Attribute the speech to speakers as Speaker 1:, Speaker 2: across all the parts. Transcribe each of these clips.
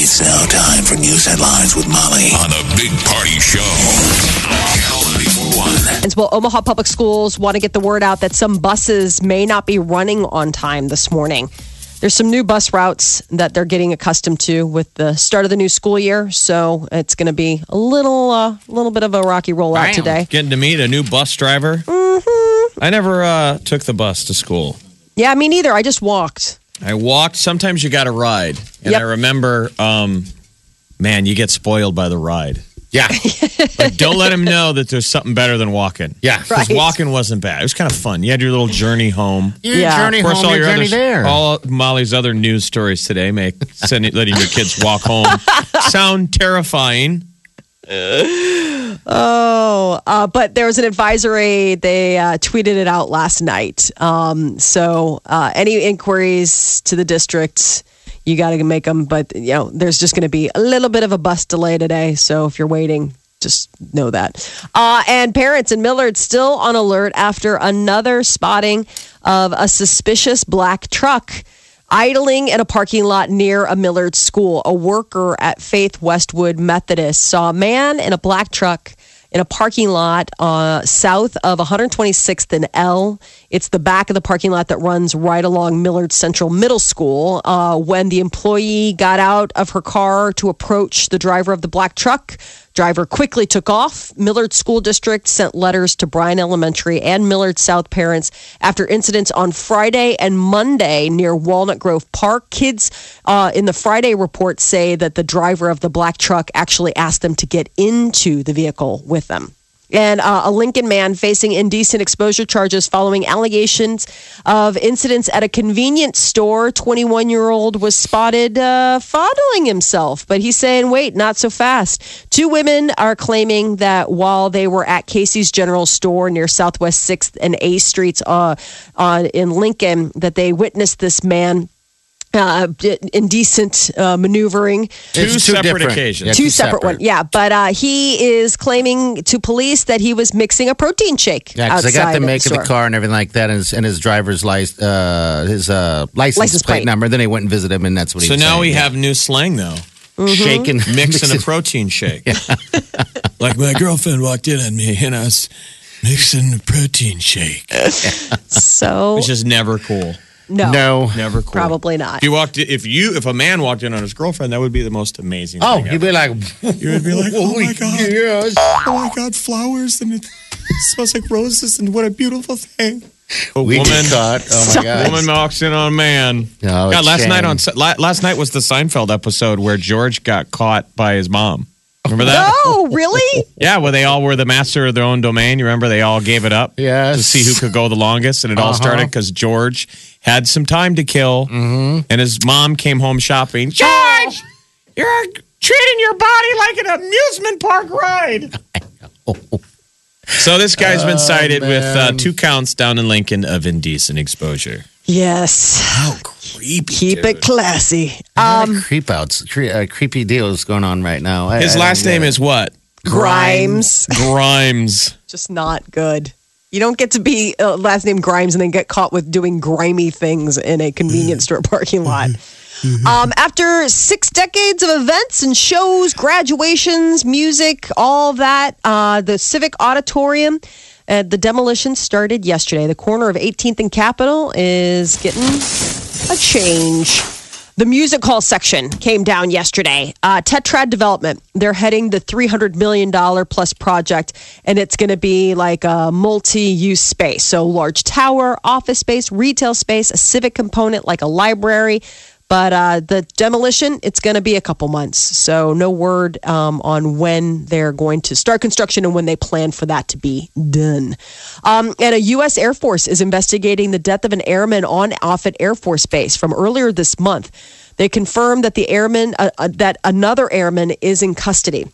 Speaker 1: It's now time for news headlines with Molly on a big party show. on Channel 94.1.
Speaker 2: And well, Omaha Public Schools want to get the word out that some buses may not be running on time this morning. There's some new bus routes that they're getting accustomed to with the start of the new school year, so it's going to be a little, uh, little bit of a rocky rollout
Speaker 3: Bam.
Speaker 2: today.
Speaker 3: Getting to meet a new bus driver. Mm-hmm. I never uh, took the bus to school.
Speaker 2: Yeah, me neither. I just walked.
Speaker 3: I walked. Sometimes you got a ride, and
Speaker 2: Yep.
Speaker 3: I remember, um, man, you get spoiled by the ride.
Speaker 4: Yeah,
Speaker 3: Like, don't let them know that there's something better than walking.
Speaker 4: yeah.
Speaker 3: because walking wasn't bad. It was kind of fun. You had your little journey home.
Speaker 4: Your
Speaker 2: Yeah.
Speaker 4: journey home, your, journey
Speaker 3: other,
Speaker 4: there.
Speaker 2: Oh.
Speaker 3: all Molly's other news stories today make sending, letting your kids walk home sound terrifying.
Speaker 2: Oh, uh, but there was an advisory. They uh, tweeted it out last night. Um, so uh, any inquiries to the district, you got to make them. But you know, there's just going to be a little bit of a bus delay today. So if you're waiting, just know that. Uh, and parents in Millard still on alert after another spotting of a suspicious black truck idling in a parking lot near a Millard school. A worker at Faith Westwood Methodist saw a man in a black truck in a parking lot uh, south of 126th and L. It's the back of the parking lot that runs right along Millard Central Middle School. Uh, when the employee got out of her car to approach the driver of the black truck, driver quickly took off. Millard School District sent letters to Bryan Elementary and Millard South parents after incidents on Friday and Monday near Walnut Grove Park. Kids uh, in the Friday report say that the driver of the black truck actually asked them to get into the vehicle with them. And uh, a Lincoln man facing indecent exposure charges following allegations of incidents at a convenience store. 21 year old was spotted uh, fondling himself, but he's saying, wait, not so fast. Two women are claiming that while they were at Casey's General Store near Southwest 6th and A Streets uh, on, in Lincoln, that they witnessed this man. Uh, d- indecent uh, maneuvering
Speaker 3: Two
Speaker 4: It's too
Speaker 3: separate
Speaker 4: different.
Speaker 3: occasions.
Speaker 4: Yeah,
Speaker 2: two separate, one, Yeah, but uh, he is claiming to police that he was mixing a protein shake.
Speaker 4: Yeah, because
Speaker 2: outside
Speaker 4: I got the make of
Speaker 2: store.
Speaker 4: the car and everything like that, and his, and his driver's license, uh, his uh, license,
Speaker 2: License plate.
Speaker 4: plate, number. Then I went and visited him, and that's what he.
Speaker 3: So
Speaker 4: was
Speaker 3: now
Speaker 4: saying,
Speaker 3: we
Speaker 4: yeah.
Speaker 3: have new slang though.
Speaker 2: Mm-hmm.
Speaker 4: shaking,
Speaker 3: mixing a protein shake. like my girlfriend walked in on me and I was mixing a protein shake.
Speaker 2: So
Speaker 3: Which is never cool.
Speaker 2: no,
Speaker 4: no.
Speaker 3: Never cool.
Speaker 2: probably not.
Speaker 3: If you walked if you if a man walked in on his girlfriend, that would be the most amazing
Speaker 4: Oh,
Speaker 3: thing.
Speaker 4: you'd
Speaker 3: ever.
Speaker 4: be like,
Speaker 3: you would be like, Oh my god.
Speaker 4: yes.
Speaker 3: Oh my god, flowers and it smells like roses and what a beautiful thing. A
Speaker 4: We
Speaker 3: woman
Speaker 4: just caught. Oh my god.
Speaker 3: Woman walks in on a man.
Speaker 4: Oh,
Speaker 3: God, last
Speaker 4: shame.
Speaker 3: night on la- last night was the Seinfeld episode where George got caught by his mom. Remember that?
Speaker 2: Oh, really?
Speaker 3: Yeah, well, they all were the master of their own domain. You remember they all gave it up
Speaker 4: Yes.
Speaker 3: to see who could go the longest, and it all
Speaker 4: Uh-huh.
Speaker 3: started because George had some time to kill,
Speaker 4: Mm-hmm.
Speaker 3: and his mom came home shopping. George, you're treating your body like an amusement park ride. So this guy's
Speaker 4: Oh,
Speaker 3: been cited with uh, two counts down in Lincoln of indecent exposure.
Speaker 2: Yes. How creepy. Keep it classy.
Speaker 4: Um, creep outs, cre- uh, creepy deals going on right now. I-
Speaker 3: His
Speaker 4: I
Speaker 3: last
Speaker 4: don't
Speaker 3: name
Speaker 4: get
Speaker 3: is what?
Speaker 2: Grimes,
Speaker 3: Grimes.
Speaker 2: just not good. You don't get to be uh, last name Grimes and then get caught with doing grimy things in a convenience store parking lot. Um, after six decades of events and shows, graduations, music, all that, uh, the Civic Auditorium, uh, the demolition started yesterday. The corner of 18th and Capitol is getting a change. The music hall section came down yesterday. Uh, Tetrad Development, they're heading the $300 million plus project, and it's going to be like a multi use space. So, large tower, office space, retail space, a civic component like a library. But uh, the demolition, it's going to be a couple months. So, no word um, on when they're going to start construction and when they plan for that to be done. Um, and a U.S. Air Force is investigating the death of an airman on Offutt Air Force Base from earlier this month. They confirmed that the airman, uh, uh, that another airman is in custody.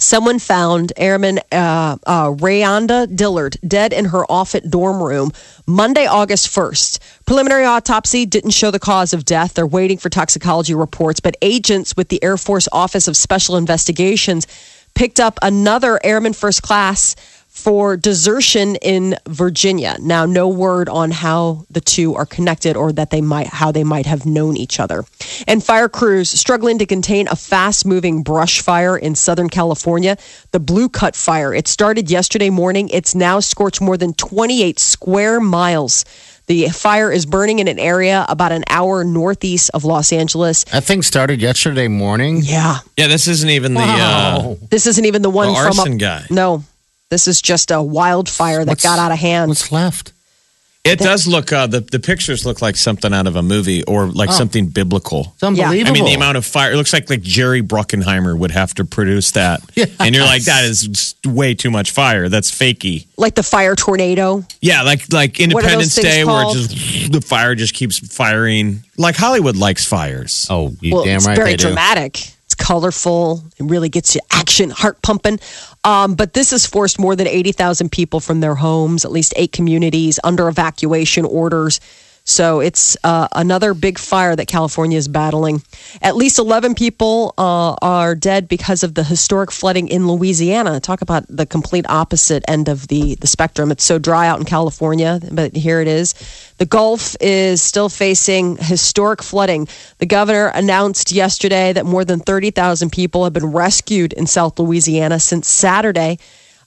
Speaker 2: Someone found airman uh, uh, Rayonda Dillard dead in her off at dorm room Monday, August 1st. Preliminary autopsy didn't show the cause of death. They're waiting for toxicology reports, but agents with the Air Force Office of Special Investigations picked up another airman first class for desertion in Virginia. Now, no word on how the two are connected or that they might how they might have known each other. And fire crews struggling to contain a fast-moving brush fire in Southern California, the Blue Cut Fire. It started yesterday morning. It's now scorched more than 28 square miles. The fire is burning in an area about an hour northeast of Los Angeles.
Speaker 4: That thing started yesterday morning.
Speaker 2: Yeah.
Speaker 3: Yeah, this isn't even the. Uh,
Speaker 2: This isn't even the one
Speaker 3: The
Speaker 2: from
Speaker 3: arson
Speaker 2: up-
Speaker 3: guy.
Speaker 2: No, this is just a wildfire that
Speaker 4: What's-
Speaker 2: got out of hand.
Speaker 4: What's left?
Speaker 3: it does look. Uh, the the pictures look like something out of a movie or like something biblical.
Speaker 4: It's unbelievable.
Speaker 3: I mean, the amount of fire. It looks like like Jerry Bruckheimer would have to produce that. And you're like, that is way too much fire. That's fakey.
Speaker 2: like the fire tornado.
Speaker 3: Yeah, like like
Speaker 2: What are
Speaker 3: Independence
Speaker 2: those things
Speaker 3: Day,
Speaker 2: called?
Speaker 3: where it just the fire just keeps firing. Like Hollywood likes fires.
Speaker 4: Oh, you
Speaker 2: Well,
Speaker 4: damn
Speaker 2: it's
Speaker 4: right
Speaker 2: very
Speaker 4: they do.
Speaker 2: dramatic. It's colorful. It really gets you action, heart pumping. Um, but this has forced more than 80,000 people from their homes, at least eight communities under evacuation orders. So it's uh, another big fire that California is battling. At least 11 people uh, are dead because of the historic flooding in Louisiana. Talk about the complete opposite end of the, the spectrum. It's so dry out in California, but here it is. The Gulf is still facing historic flooding. The governor announced yesterday that more than 30,000 people have been rescued in South Louisiana since Saturday.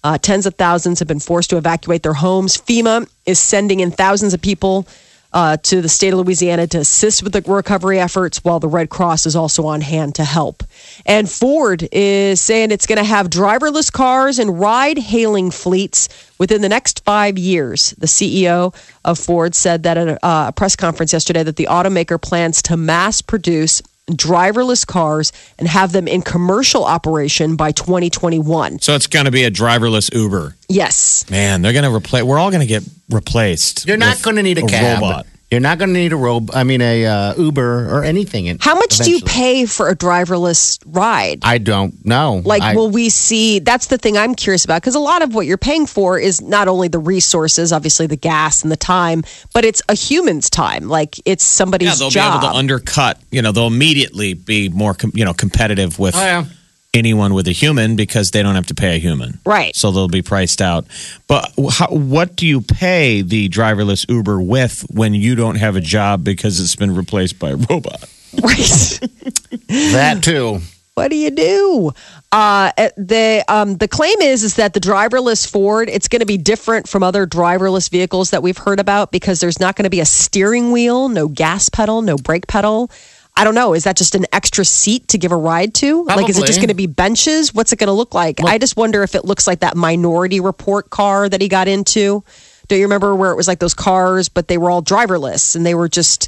Speaker 2: Uh, tens of thousands have been forced to evacuate their homes. FEMA is sending in thousands of people uh, to the state of Louisiana to assist with the recovery efforts, while the Red Cross is also on hand to help. And Ford is saying it's going to have driverless cars and ride hailing fleets within the next five years. The CEO of Ford said that at a, uh, a press conference yesterday that the automaker plans to mass produce driverless cars and have them in commercial operation by 2021.
Speaker 3: So it's going to be a driverless Uber.
Speaker 2: Yes.
Speaker 3: Man, they're going to replace. We're all going to get replaced.
Speaker 4: You're not
Speaker 3: with
Speaker 4: going to need a, cab.
Speaker 3: robot.
Speaker 4: You're not going to need a robe. I mean, a uh, Uber or anything. in-
Speaker 2: How much do you
Speaker 4: eventually.
Speaker 2: pay for a driverless ride?
Speaker 4: I don't know.
Speaker 2: Like,
Speaker 4: I,
Speaker 2: will we see? That's the thing I'm curious about because a lot of what you're paying for is not only the resources, obviously the gas and the time, but it's a human's time. Like, it's somebody's
Speaker 3: Yeah, they'll
Speaker 2: job.
Speaker 3: be able to undercut. You know, they'll immediately be more com- you know competitive with
Speaker 4: Oh, yeah.
Speaker 3: anyone with a human because they don't have to pay a human.
Speaker 2: Right.
Speaker 3: So they'll be priced out. But wh- how, what do you pay the driverless Uber with when you don't have a job because it's been replaced by a robot?
Speaker 2: right.
Speaker 4: that too.
Speaker 2: what do you do? Uh, the um, the claim is is that the driverless Ford it's going to be different from other driverless vehicles that we've heard about because there's not going to be a steering wheel, no gas pedal, no brake pedal. I don't know. Is that just an extra seat to give a ride to? Like, is it just
Speaker 4: Probably.
Speaker 2: going to be benches? What's it going to look like? I just wonder if it looks like that Minority Report car that he got into. Do you remember where it was like those cars, but they were all driverless and they were just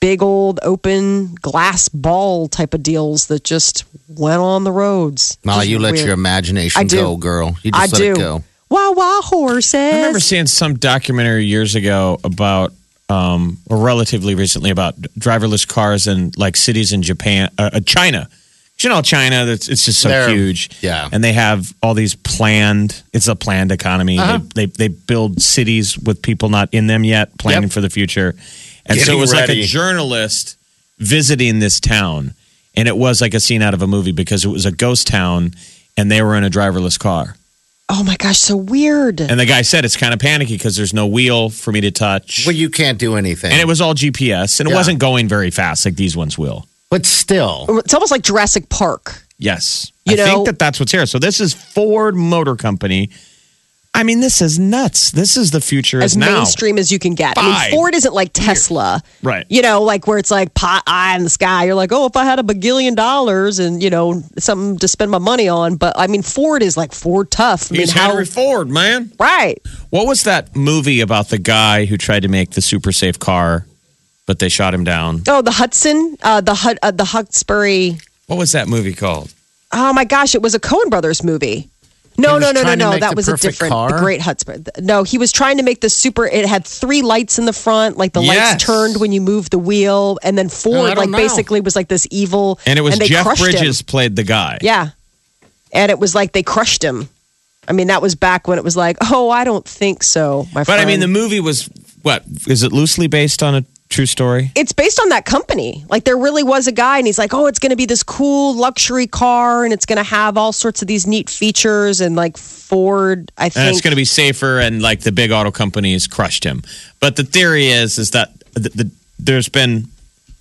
Speaker 2: big old open glass ball type of deals that just went on the roads.
Speaker 4: Molly,
Speaker 2: Just
Speaker 4: you let
Speaker 2: weird.
Speaker 4: your imagination
Speaker 2: I do.
Speaker 4: go, girl. You
Speaker 2: I
Speaker 4: just
Speaker 2: do.
Speaker 4: let it go.
Speaker 2: Wow, wow, horses.
Speaker 3: I remember seeing some documentary years ago about, um, or relatively recently, about driverless cars in like cities in Japan, uh, uh, China. 'Cause You know, China, that's it's just so
Speaker 4: They're-
Speaker 3: huge.
Speaker 4: yeah.
Speaker 3: And they have all these planned, it's a planned economy.
Speaker 4: Uh-huh.
Speaker 3: They, they, they build cities with people not in them yet, planning
Speaker 4: Yep.
Speaker 3: for the future. And so
Speaker 4: Getting
Speaker 3: it was like a
Speaker 4: ready.
Speaker 3: journalist visiting this town. And it was like a scene out of a movie because it was a ghost town and they were in a driverless car.
Speaker 2: Oh my gosh, so weird.
Speaker 3: And the guy said it's kind of panicky because there's no wheel for me to touch.
Speaker 4: Well, you can't do anything.
Speaker 3: and it was all GPS and it
Speaker 4: Yeah.
Speaker 3: wasn't going very fast like these ones will.
Speaker 4: but still,
Speaker 2: it's almost like Jurassic Park.
Speaker 3: Yes.
Speaker 2: You
Speaker 3: I
Speaker 2: know-
Speaker 3: think that that's what's here. So this is Ford Motor Company. I mean, this is nuts. This is the future
Speaker 2: As
Speaker 3: is now.
Speaker 2: mainstream as you can get. I mean,
Speaker 3: Fine.
Speaker 2: Ford isn't like Tesla.
Speaker 3: Right.
Speaker 2: You know, like where it's like pot eye in the sky. You're like, oh, if I had a bagillion dollars and, you know, something to spend my money on. But I mean, Ford is like Ford tough. I mean,
Speaker 3: He's
Speaker 2: how.
Speaker 3: Henry Ford, man.
Speaker 2: right.
Speaker 3: What was that movie about the guy who tried to make the super safe car, but they shot him down?
Speaker 2: Oh, the Hudson, uh, the Hud, uh, the Hawkesbury.
Speaker 3: What was that movie called?
Speaker 2: Oh my gosh, it was a Cohen Brothers movie. No,
Speaker 4: He
Speaker 2: no,
Speaker 4: was
Speaker 2: no, no,
Speaker 4: trying to
Speaker 2: no.
Speaker 4: make
Speaker 2: That
Speaker 4: the
Speaker 2: was a
Speaker 4: perfect
Speaker 2: different,
Speaker 4: car?
Speaker 2: the Great Hudson. No, he was trying to make the super. It had three lights in the front, like the
Speaker 4: Yes. Oh,
Speaker 2: lights turned when you moved the wheel, and then Ford,
Speaker 4: don't
Speaker 2: like
Speaker 4: know.
Speaker 2: basically was like this evil.
Speaker 3: And it was
Speaker 2: they
Speaker 3: Jeff
Speaker 2: crushed him.
Speaker 3: Bridges played the guy.
Speaker 2: Yeah, and it was like they crushed him. I mean, that was back when it was like, oh, I don't think so, my
Speaker 3: But
Speaker 2: friend.
Speaker 3: I mean, the movie was what? Is it loosely based on a true story?
Speaker 2: it's based on that company. Like there really was a guy, and he's like, "Oh, it's going to be this cool luxury car, and it's going to have all sorts of these neat features." And like Ford, I
Speaker 3: And
Speaker 2: think
Speaker 3: it's going to be safer, and like the big auto companies crushed him. But the theory is is that the, the, there's been,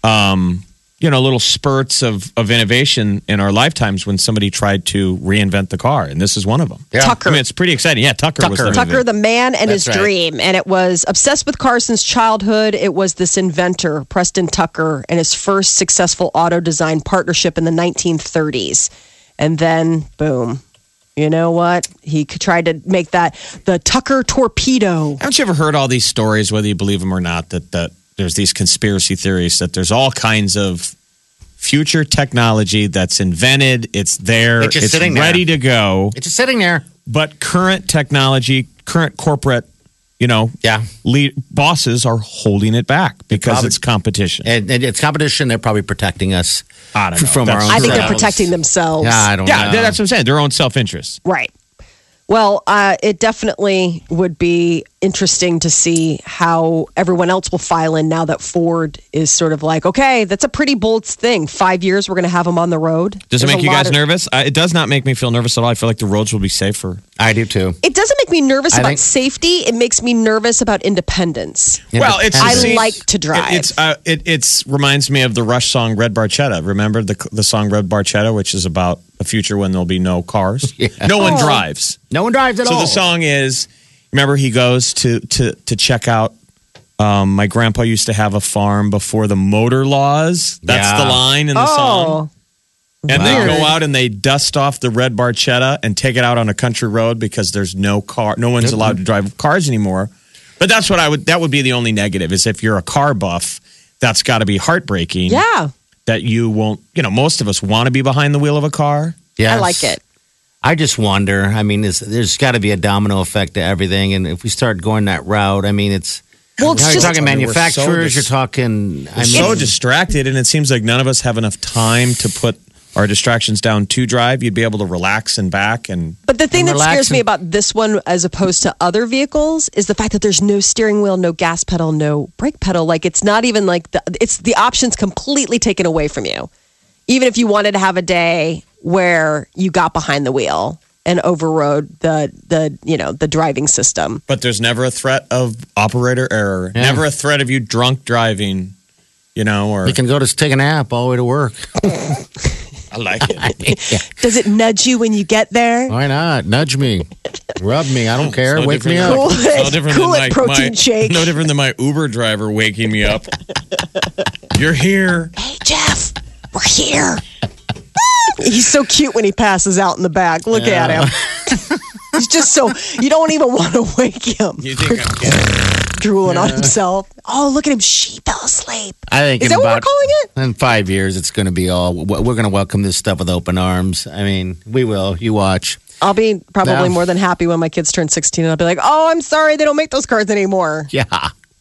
Speaker 3: um, you know, little spurts of of innovation in our lifetimes when somebody tried to reinvent the car, and this is one of them.
Speaker 4: Yeah.
Speaker 3: I
Speaker 2: Tucker.
Speaker 3: mean, it's pretty exciting. Yeah, Tucker, was
Speaker 4: Tucker.
Speaker 3: the
Speaker 2: Tucker,
Speaker 3: movie.
Speaker 2: the man and
Speaker 4: That's
Speaker 2: his
Speaker 4: right.
Speaker 2: dream. And it was obsessed with cars since childhood. It was this inventor, Preston Tucker, and his first successful auto design partnership in the 1930s. And then, boom. You know what? He c- tried to make that the Tucker torpedo.
Speaker 3: Haven't you ever heard all these stories, whether you believe them or not, that, that there's these conspiracy theories that there's all kinds of future technology that's invented, it's there,
Speaker 4: It's just
Speaker 3: it's
Speaker 4: sitting there.
Speaker 3: ready to go,
Speaker 4: It's just sitting there.
Speaker 3: but current technology, current corporate, you know,
Speaker 4: Yeah.
Speaker 3: lead, bosses are holding it back because
Speaker 4: probably-
Speaker 3: it's competition.
Speaker 4: And, and it's competition. They're probably protecting us.
Speaker 3: I don't know.
Speaker 4: From
Speaker 3: That's-
Speaker 4: our own
Speaker 2: I think they're
Speaker 4: Themselves.
Speaker 2: protecting themselves.
Speaker 4: Yeah, I don't
Speaker 3: yeah,
Speaker 4: know.
Speaker 3: th- that's what I'm saying. Their own self interest.
Speaker 2: Right. Well, uh, it definitely would be interesting to see how everyone else will file in now that Ford is sort of like, okay, that's a pretty bold thing. Five years, we're going to have them on the road.
Speaker 3: Does it
Speaker 2: There's
Speaker 3: make
Speaker 2: a
Speaker 3: you
Speaker 2: lot
Speaker 3: guys
Speaker 2: of-
Speaker 3: nervous? I, it does not make me feel nervous at all. I feel like the roads will be safer.
Speaker 4: I do too.
Speaker 2: It doesn't make me nervous
Speaker 4: I
Speaker 2: about
Speaker 4: think-
Speaker 2: safety. It makes me nervous about independence.
Speaker 3: Well, it's
Speaker 2: I
Speaker 3: see,
Speaker 2: like to drive.
Speaker 3: It, it's uh, it it's reminds me of the Rush song Red Barchetta. Remember the the song Red Barchetta, which is about a future when there'll be no cars, no one
Speaker 2: Oh.
Speaker 3: drives.
Speaker 4: No one drives at
Speaker 3: So
Speaker 4: all.
Speaker 3: the song is. Remember, he goes to to to check out. Um, my grandpa used to have a farm before the motor laws. That's
Speaker 4: Yeah.
Speaker 3: the line in the song.
Speaker 2: Oh,
Speaker 3: And they
Speaker 2: weird.
Speaker 3: go out and they dust off the red barchetta and take it out on a country road because there's no car, no one's allowed to drive cars anymore. But that's what I would. That would be the only negative is if you're a car buff, that's got to be heartbreaking.
Speaker 2: yeah.
Speaker 3: that you won't. You know, most of us want to be behind the wheel of a car.
Speaker 4: Yes.
Speaker 2: I like it.
Speaker 4: I just wonder. I mean, is, there's got to be a domino effect to everything. And if we start going that route, I mean, it's.
Speaker 2: Well, it's
Speaker 4: now you're
Speaker 2: just-
Speaker 4: talking
Speaker 3: I mean, we're so
Speaker 4: manufacturers.
Speaker 3: dis-
Speaker 4: you're talking. I mean,
Speaker 3: so distracted, and it seems like none of us have enough time to put our distractions down to drive. You'd be able to relax and back and.
Speaker 2: But the thing
Speaker 4: And
Speaker 2: that scares
Speaker 4: relaxing.
Speaker 2: me about this one as opposed to other vehicles is the fact that there's no steering wheel, no gas pedal, no brake pedal. Like it's not even like the, it's the options completely taken away from you. Even if you wanted to have a day where you got behind the wheel and overrode the the you know the driving system.
Speaker 3: But there's never a threat of operator error.
Speaker 4: Yeah.
Speaker 3: Never a threat of you drunk driving. You know, or
Speaker 4: you can go to take a nap all the way to work.
Speaker 3: I like it.
Speaker 2: Does it nudge you when you get there?
Speaker 4: Why not? Nudge me, rub me. I don't care.
Speaker 3: No
Speaker 4: Wake me
Speaker 3: different
Speaker 4: up.
Speaker 3: than-
Speaker 2: Cool it.
Speaker 3: no different
Speaker 2: Cool
Speaker 3: than
Speaker 2: it,
Speaker 3: my-
Speaker 2: protein
Speaker 3: my-
Speaker 2: shake.
Speaker 3: No different than my Uber driver waking me up. You're here.
Speaker 2: Hey Jeff, we're here. He's so cute when he passes out in the back. Look at him. He's just so you don't even want to wake him.
Speaker 3: You think I'm kidding?
Speaker 2: drooling on himself. Oh, look at him. She fell asleep.
Speaker 4: I think
Speaker 2: Is
Speaker 4: in
Speaker 2: that what we're
Speaker 4: about-
Speaker 2: calling it?
Speaker 4: In five years, it's going to be all. We're going to welcome this stuff with open arms. I mean, we will. You watch.
Speaker 2: I'll be probably
Speaker 4: Yeah.
Speaker 2: more than happy when my kids turn 16 and I'll be like, oh, I'm sorry, they don't make those cards anymore.
Speaker 4: Yeah.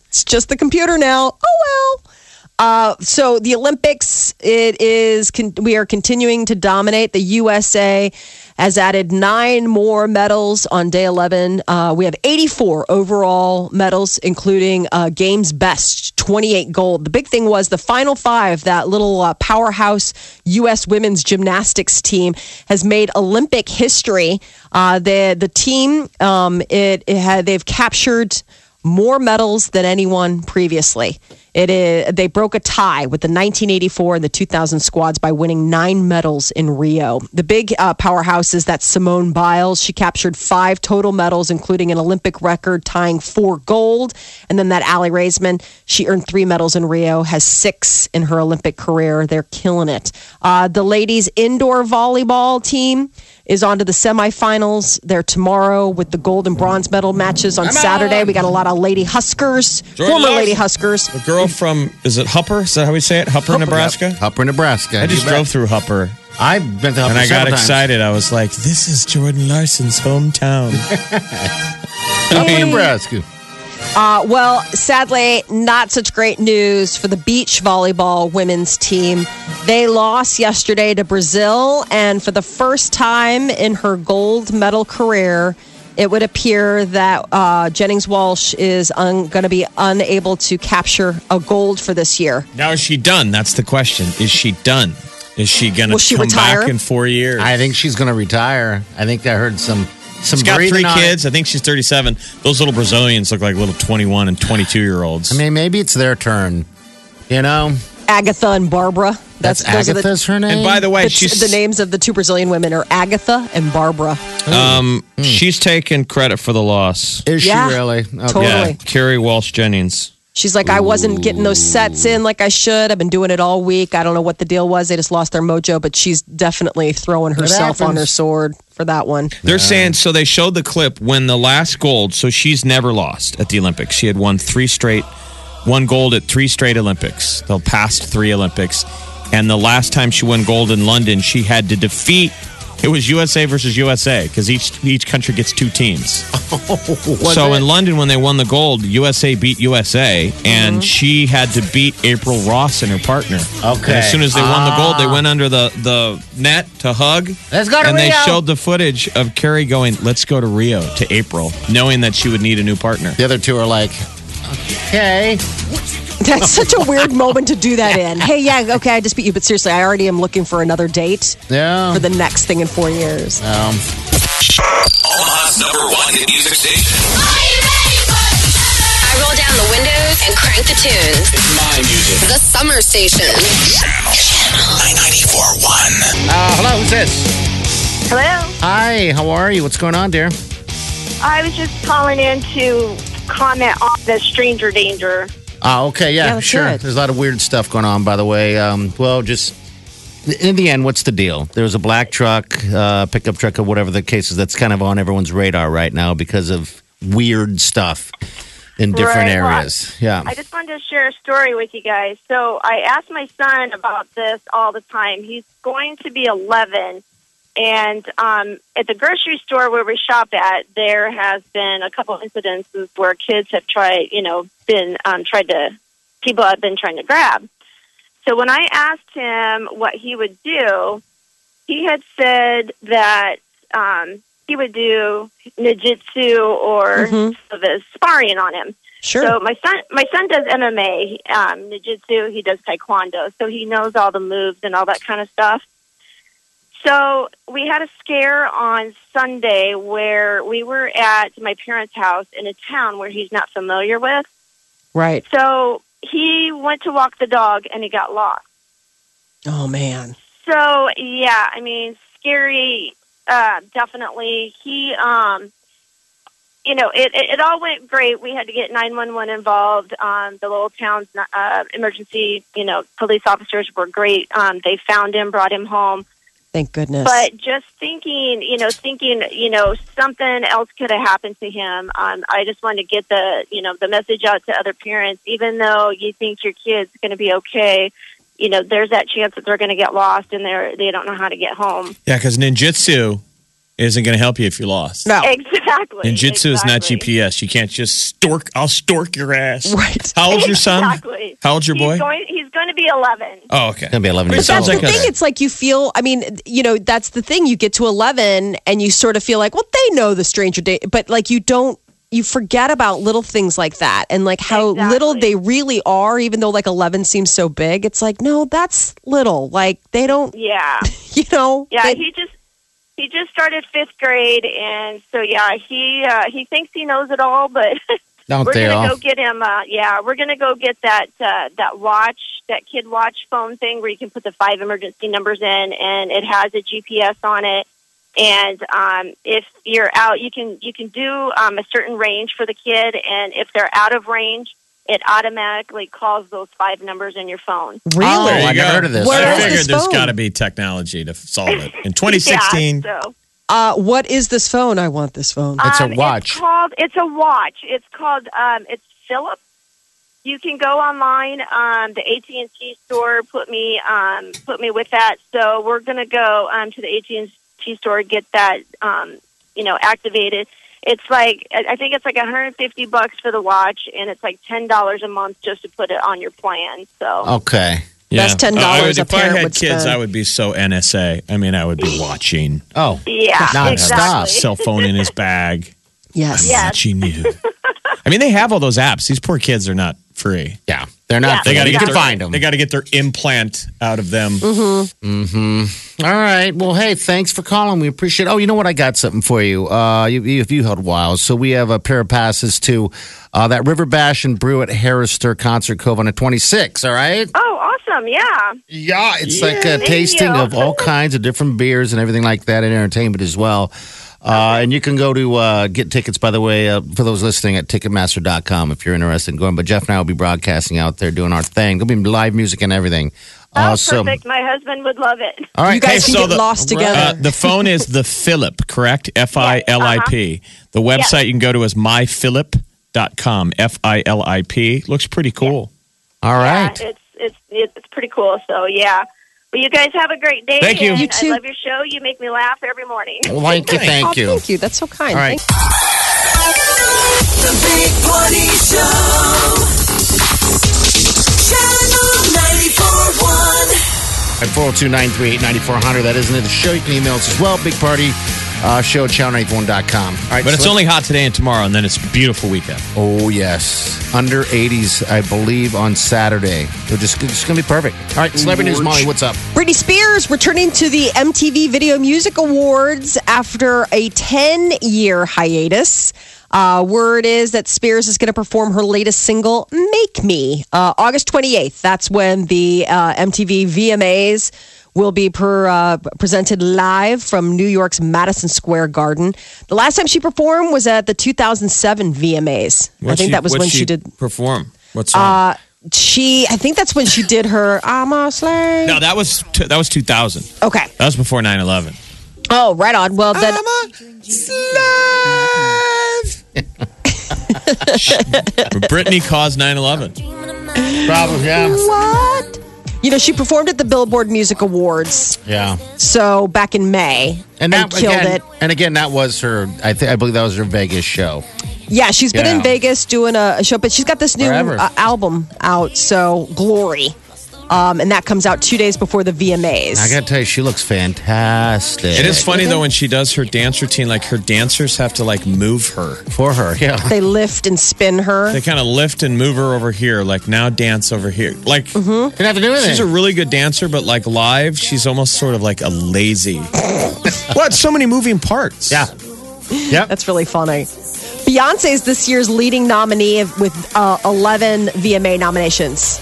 Speaker 2: It's just the computer now. Oh, well. Uh, so the Olympics, it is con- we are continuing to dominate. The USA has added nine more medals on day 11. Uh, we have 84 overall medals, including uh, games best, 28 gold. The big thing was the final five. That little uh, powerhouse U.S. women's gymnastics team has made Olympic history. Uh, the the team um, it, it had they've captured more medals than anyone previously. It is they broke a tie with the 1984 and the 2000 squads by winning nine medals in Rio. The big uh, powerhouse is that Simone Biles. She captured five total medals, including an Olympic record, tying four gold. And then that Allie Raisman, she earned three medals in Rio, has six in her Olympic career. They're killing it. Uh, the ladies indoor volleyball team is on to the semifinals. They're tomorrow with the gold and bronze medal matches on Saturday. We got a lot of Lady Huskers,
Speaker 3: Jordan
Speaker 2: former
Speaker 3: Love.
Speaker 2: Lady Huskers.
Speaker 3: The girl from is it Hupper? Is that how we say it? Hupper, Nebraska.
Speaker 4: Hupper, Nebraska.
Speaker 3: I just
Speaker 4: You bet.
Speaker 3: drove through Hupper
Speaker 4: I've been to the hospital
Speaker 3: And I got
Speaker 4: several times.
Speaker 3: excited. I was like, this is Jordan Larson's hometown.
Speaker 4: I mean, Nebraska.
Speaker 2: Uh, well, sadly, not such great news for the beach volleyball women's team. They lost yesterday to Brazil, and for the first time in her gold medal career, it would appear that uh, Jennings Walsh is un- going to be unable to capture a gold for this year.
Speaker 3: Now is she done? That's the question. Is she done? Is she gonna
Speaker 2: Will she
Speaker 3: come
Speaker 2: retire?
Speaker 3: back in four years?
Speaker 4: I think she's going to retire. I think I heard some some
Speaker 3: she's got
Speaker 4: breathing
Speaker 3: three
Speaker 4: on it.
Speaker 3: kids. I think she's 37. Those little Brazilians look like little 21 and 22 year olds.
Speaker 4: I mean, maybe it's their turn. You know,
Speaker 2: Agatha and Barbara.
Speaker 4: that's,
Speaker 2: those are the-
Speaker 4: Agatha's her name.
Speaker 3: and by the way,
Speaker 2: the,
Speaker 3: she's
Speaker 2: the names of the two Brazilian women are Agatha and Barbara.
Speaker 3: um, she's taking credit for the loss.
Speaker 4: is
Speaker 2: Yeah.
Speaker 4: she really? Okay.
Speaker 2: Totally.
Speaker 3: Yeah, Carrie Walsh Jennings.
Speaker 2: She's like, I wasn't getting those sets in like I should. I've been doing it all week. I don't know what the deal was. They just lost their mojo, but she's definitely throwing herself on her
Speaker 4: happens.
Speaker 2: sword for that one.
Speaker 3: They're saying so. They showed the clip when the last gold. So she's never lost at the Olympics. She had won three straight, won gold at three straight Olympics. The past three Olympics, and the last time she won gold in London, she had to defeat. It was USA versus USA because each each country gets two teams. so in London, when they won the gold, USA beat USA, and
Speaker 4: Mm-hmm.
Speaker 3: she had to beat April Ross and her partner.
Speaker 4: Okay. Ah.
Speaker 3: And as soon as they won the gold, they went under the the net to hug.
Speaker 4: Let's go to
Speaker 3: And they
Speaker 4: Rio.
Speaker 3: showed the footage of Carrie going, "Let's go to Rio" to April, knowing that she would need a new partner.
Speaker 4: The other two are like, okay.
Speaker 2: That's such a weird moment to do that in. Hey, yeah, okay, I just beat you, but seriously, I already am looking for another date
Speaker 4: Yeah.
Speaker 2: for the next thing in four years.
Speaker 1: Omaha's number one hit music station.
Speaker 5: I roll down the windows and crank the tunes. It's my music. The summer station.
Speaker 1: I-94-1.
Speaker 4: Uh, hello, who's this?
Speaker 6: Hello.
Speaker 4: Hi, how are you? What's going on, dear?
Speaker 6: I was just calling in to comment on the stranger danger.
Speaker 4: Ah, okay, yeah,
Speaker 2: Yeah, that's
Speaker 4: sure.
Speaker 2: good.
Speaker 4: There's a lot of weird stuff going on, by the way. Um, well, just in the end, what's the deal? There was a black truck, uh, pickup truck, or whatever the case is. That's kind of on everyone's radar right now because of weird stuff in different
Speaker 6: Right, well,
Speaker 4: areas. Yeah.
Speaker 6: I just wanted to share a story with you guys. So I asked my son about this all the time. He's going to be 11. And um, at the grocery store where we shop at, there has been a couple incidences where kids have tried, you know, been um, tried to, people have been trying to grab. So when I asked him what he would do, he had said that um, he would do ninjutsu or the sparring on him.
Speaker 2: Sure.
Speaker 6: So my son, my son does MMA, um, ninjutsu. He does taekwondo, so he knows all the moves and all that kind of stuff. So we had a scare on Sunday where we were at my parents' house in a town where he's not familiar with.
Speaker 2: right.
Speaker 6: So he went to walk the dog and he got lost.
Speaker 2: Oh, man.
Speaker 6: So yeah, I mean, scary. Uh, definitely, he. Um, you know, it, it it all went great. We had to get nine one one involved. Um, the little town's uh, emergency, you know, police officers were great. Um, they found him, brought him home.
Speaker 2: Thank goodness.
Speaker 6: But just thinking, you know, thinking, you know, something else could have happened to him. Um, I just want to get the, you know, the message out to other parents. Even though you think your kid's going to be okay, you know, there's that chance that they're going to get lost and they're they don't know how to get home.
Speaker 3: Yeah, because ninjutsu isn't going to help you if you're lost.
Speaker 2: no.
Speaker 6: Exactly.
Speaker 3: Ninjutsu is not
Speaker 6: exactly.
Speaker 3: GPS. You can't just stork. I'll stork your ass.
Speaker 2: Right.
Speaker 3: How old's your son?
Speaker 6: Exactly.
Speaker 3: How old's your
Speaker 6: He's
Speaker 3: boy?
Speaker 6: going, he's going to be 11.
Speaker 3: Oh, okay.
Speaker 4: Gonna be 11
Speaker 3: But
Speaker 4: years
Speaker 3: that's
Speaker 4: old.
Speaker 2: That's
Speaker 3: like
Speaker 2: the
Speaker 3: a-
Speaker 2: thing. It's like you feel. I mean, you know, that's the thing. You get to eleven, and you sort of feel like, well, they know the stranger day, but like you don't. You forget about little things like that, and like how
Speaker 6: Exactly.
Speaker 2: little they really are. Even though like eleven seems so big, it's like no, that's little. Like they don't.
Speaker 6: Yeah.
Speaker 2: You know.
Speaker 6: Yeah,
Speaker 2: they-
Speaker 6: he just he just started fifth grade, and so yeah, he uh, he thinks he knows it all, but
Speaker 4: Don't
Speaker 6: we're
Speaker 4: they
Speaker 6: gonna
Speaker 4: all?
Speaker 6: go get him. Uh, yeah, we're gonna go get that uh, that watch, that kid watch phone thing where you can put the five emergency numbers in, and it has a GPS on it. And um, if you're out, you can you can do um, a certain range for the kid, and if they're out of range, it automatically calls those five numbers in your phone.
Speaker 4: Oh,
Speaker 3: There
Speaker 2: really.
Speaker 3: you
Speaker 4: I never
Speaker 3: go.
Speaker 4: heard of this.
Speaker 2: Where
Speaker 3: I
Speaker 2: is
Speaker 3: figured
Speaker 2: this
Speaker 3: there's
Speaker 2: phone?
Speaker 3: got to be technology to solve it. In 2016,
Speaker 6: Yeah, so.
Speaker 2: Uh, what is this phone? I want this phone.
Speaker 4: It's a
Speaker 6: Um,
Speaker 4: watch.
Speaker 6: It's called. It's a watch. It's called. Um, it's Philips. you can go online. Um, the AT and T store put me um, put me with that. So we're gonna go um, to the AT and T store get that um, you know activated. It's like I I think it's like 150 bucks for the watch, and it's like ten dollars a month just to put it on your plan. So
Speaker 4: Oh. Okay.
Speaker 2: That's $10
Speaker 3: Uh, I would-
Speaker 2: a
Speaker 3: If I
Speaker 2: parent
Speaker 3: had
Speaker 2: would
Speaker 3: kids,
Speaker 2: spend.
Speaker 3: I would be so NSA. I mean, I would be watching.
Speaker 4: Oh.
Speaker 6: yeah,
Speaker 4: Not
Speaker 3: Have
Speaker 6: exactly.
Speaker 4: stop.
Speaker 3: his Cell phone in his bag.
Speaker 2: Yes.
Speaker 6: Yeah.
Speaker 3: Watching you. I mean, they have all those apps. These poor kids are not free.
Speaker 4: Yeah. They're not.
Speaker 6: Yeah.
Speaker 4: They
Speaker 3: They gotta
Speaker 4: you
Speaker 3: get
Speaker 4: can
Speaker 3: their,
Speaker 4: find them.
Speaker 3: They got to get their implant out of
Speaker 2: Mm.
Speaker 3: them.
Speaker 4: All right. Well, hey, thanks for calling. We appreciate. Oh, you know what? I got something for you. Uh, you, you you held wild. So we have a pair of passes to uh, that River Bash and Brew at Harrister Concert Cove on the 26th. All right.
Speaker 6: Oh, awesome! Yeah.
Speaker 4: Yeah, it's like a
Speaker 6: Thank
Speaker 4: tasting
Speaker 6: you.
Speaker 4: of all kinds of different beers and everything like that, and entertainment as well. Uh, and you can go to uh, get tickets, by the way, uh, for those listening at Ticketmaster.com if you're interested in going. But Jeff and I will be broadcasting out there doing our thing. There'll be live music and everything.
Speaker 6: Oh,
Speaker 4: so-
Speaker 6: perfect. My husband would love it.
Speaker 4: All right.
Speaker 2: You guys
Speaker 3: Hey,
Speaker 2: can
Speaker 3: so
Speaker 2: get
Speaker 3: the-
Speaker 2: lost together.
Speaker 3: Uh, the phone is the Philip, correct? F I L I P. The website you can go to is myphilip.com. F I L I P. Looks pretty cool.
Speaker 4: all
Speaker 6: Yeah,
Speaker 4: right.
Speaker 6: it's it's it's pretty cool. So yeah. Well, you guys have a great day.
Speaker 3: Thank you.
Speaker 6: and
Speaker 3: You
Speaker 2: too.
Speaker 6: I love your show. You make me laugh every morning.
Speaker 4: Well, thank you. Thank
Speaker 2: oh,
Speaker 4: you.
Speaker 2: thank you. That's so kind.
Speaker 4: All right.
Speaker 2: Thank
Speaker 7: The Big Party Show. Channel 94.1.
Speaker 4: at 402-938-9400. That isn't it. The show. You can email us as well. Big Party uh, Show at channel91.com. All right.
Speaker 3: But it's
Speaker 4: so
Speaker 3: only hot today and tomorrow, and then it's a beautiful weekend.
Speaker 4: Oh, yes. Under 80s, I believe, on Saturday. It'll just, it's going to be perfect. All right. Celebrity News, Molly, what's up?
Speaker 2: you. Britney Spears returning to the MTV Video Music Awards after a 10 year hiatus. Uh, word is that Spears is going to perform her latest single, Make Me, uh, August 28th. That's when the uh, MTV VMAs will be per, uh, presented live from New York's Madison Square Garden. The last time she performed was at the 2007 VMAs. I think that was when she did. uh,
Speaker 3: perform. What song?
Speaker 2: She, I think that's when she did her I'm a slave.
Speaker 3: no, that was t- that was 2000.
Speaker 2: Okay.
Speaker 3: That was before 9/11.
Speaker 2: Oh, right on. Well, then
Speaker 3: Brittany caused 9/11.
Speaker 4: Problem, yeah.
Speaker 2: what? You know, she performed at the Billboard Music Awards,
Speaker 4: Yeah.
Speaker 2: so back in May,
Speaker 4: And that
Speaker 2: killed
Speaker 4: again,
Speaker 2: it.
Speaker 4: And again, that was her, I think, I believe that was her Vegas show.
Speaker 2: Yeah, she's been in
Speaker 4: Yeah.
Speaker 2: Vegas doing a, a show, but she's got this new
Speaker 4: Forever.
Speaker 2: uh, album out, so Glory, um, and that comes out two days before the VMAs.
Speaker 4: I got to tell you, she looks fantastic.
Speaker 3: It is funny though when she does her dance routine, like her dancers have to like move her.
Speaker 4: For her. Yeah.
Speaker 2: they lift and spin her.
Speaker 3: They kind of lift and move her over here, like now dance over here. Like
Speaker 4: Didn't have to do anything.
Speaker 3: she's a really good dancer, but like live, she's almost sort of like a lazy. what? So many moving parts.
Speaker 4: yeah. Yep.
Speaker 2: That's really funny. Beyonce is this year's leading nominee with uh, 11 VMA nominations,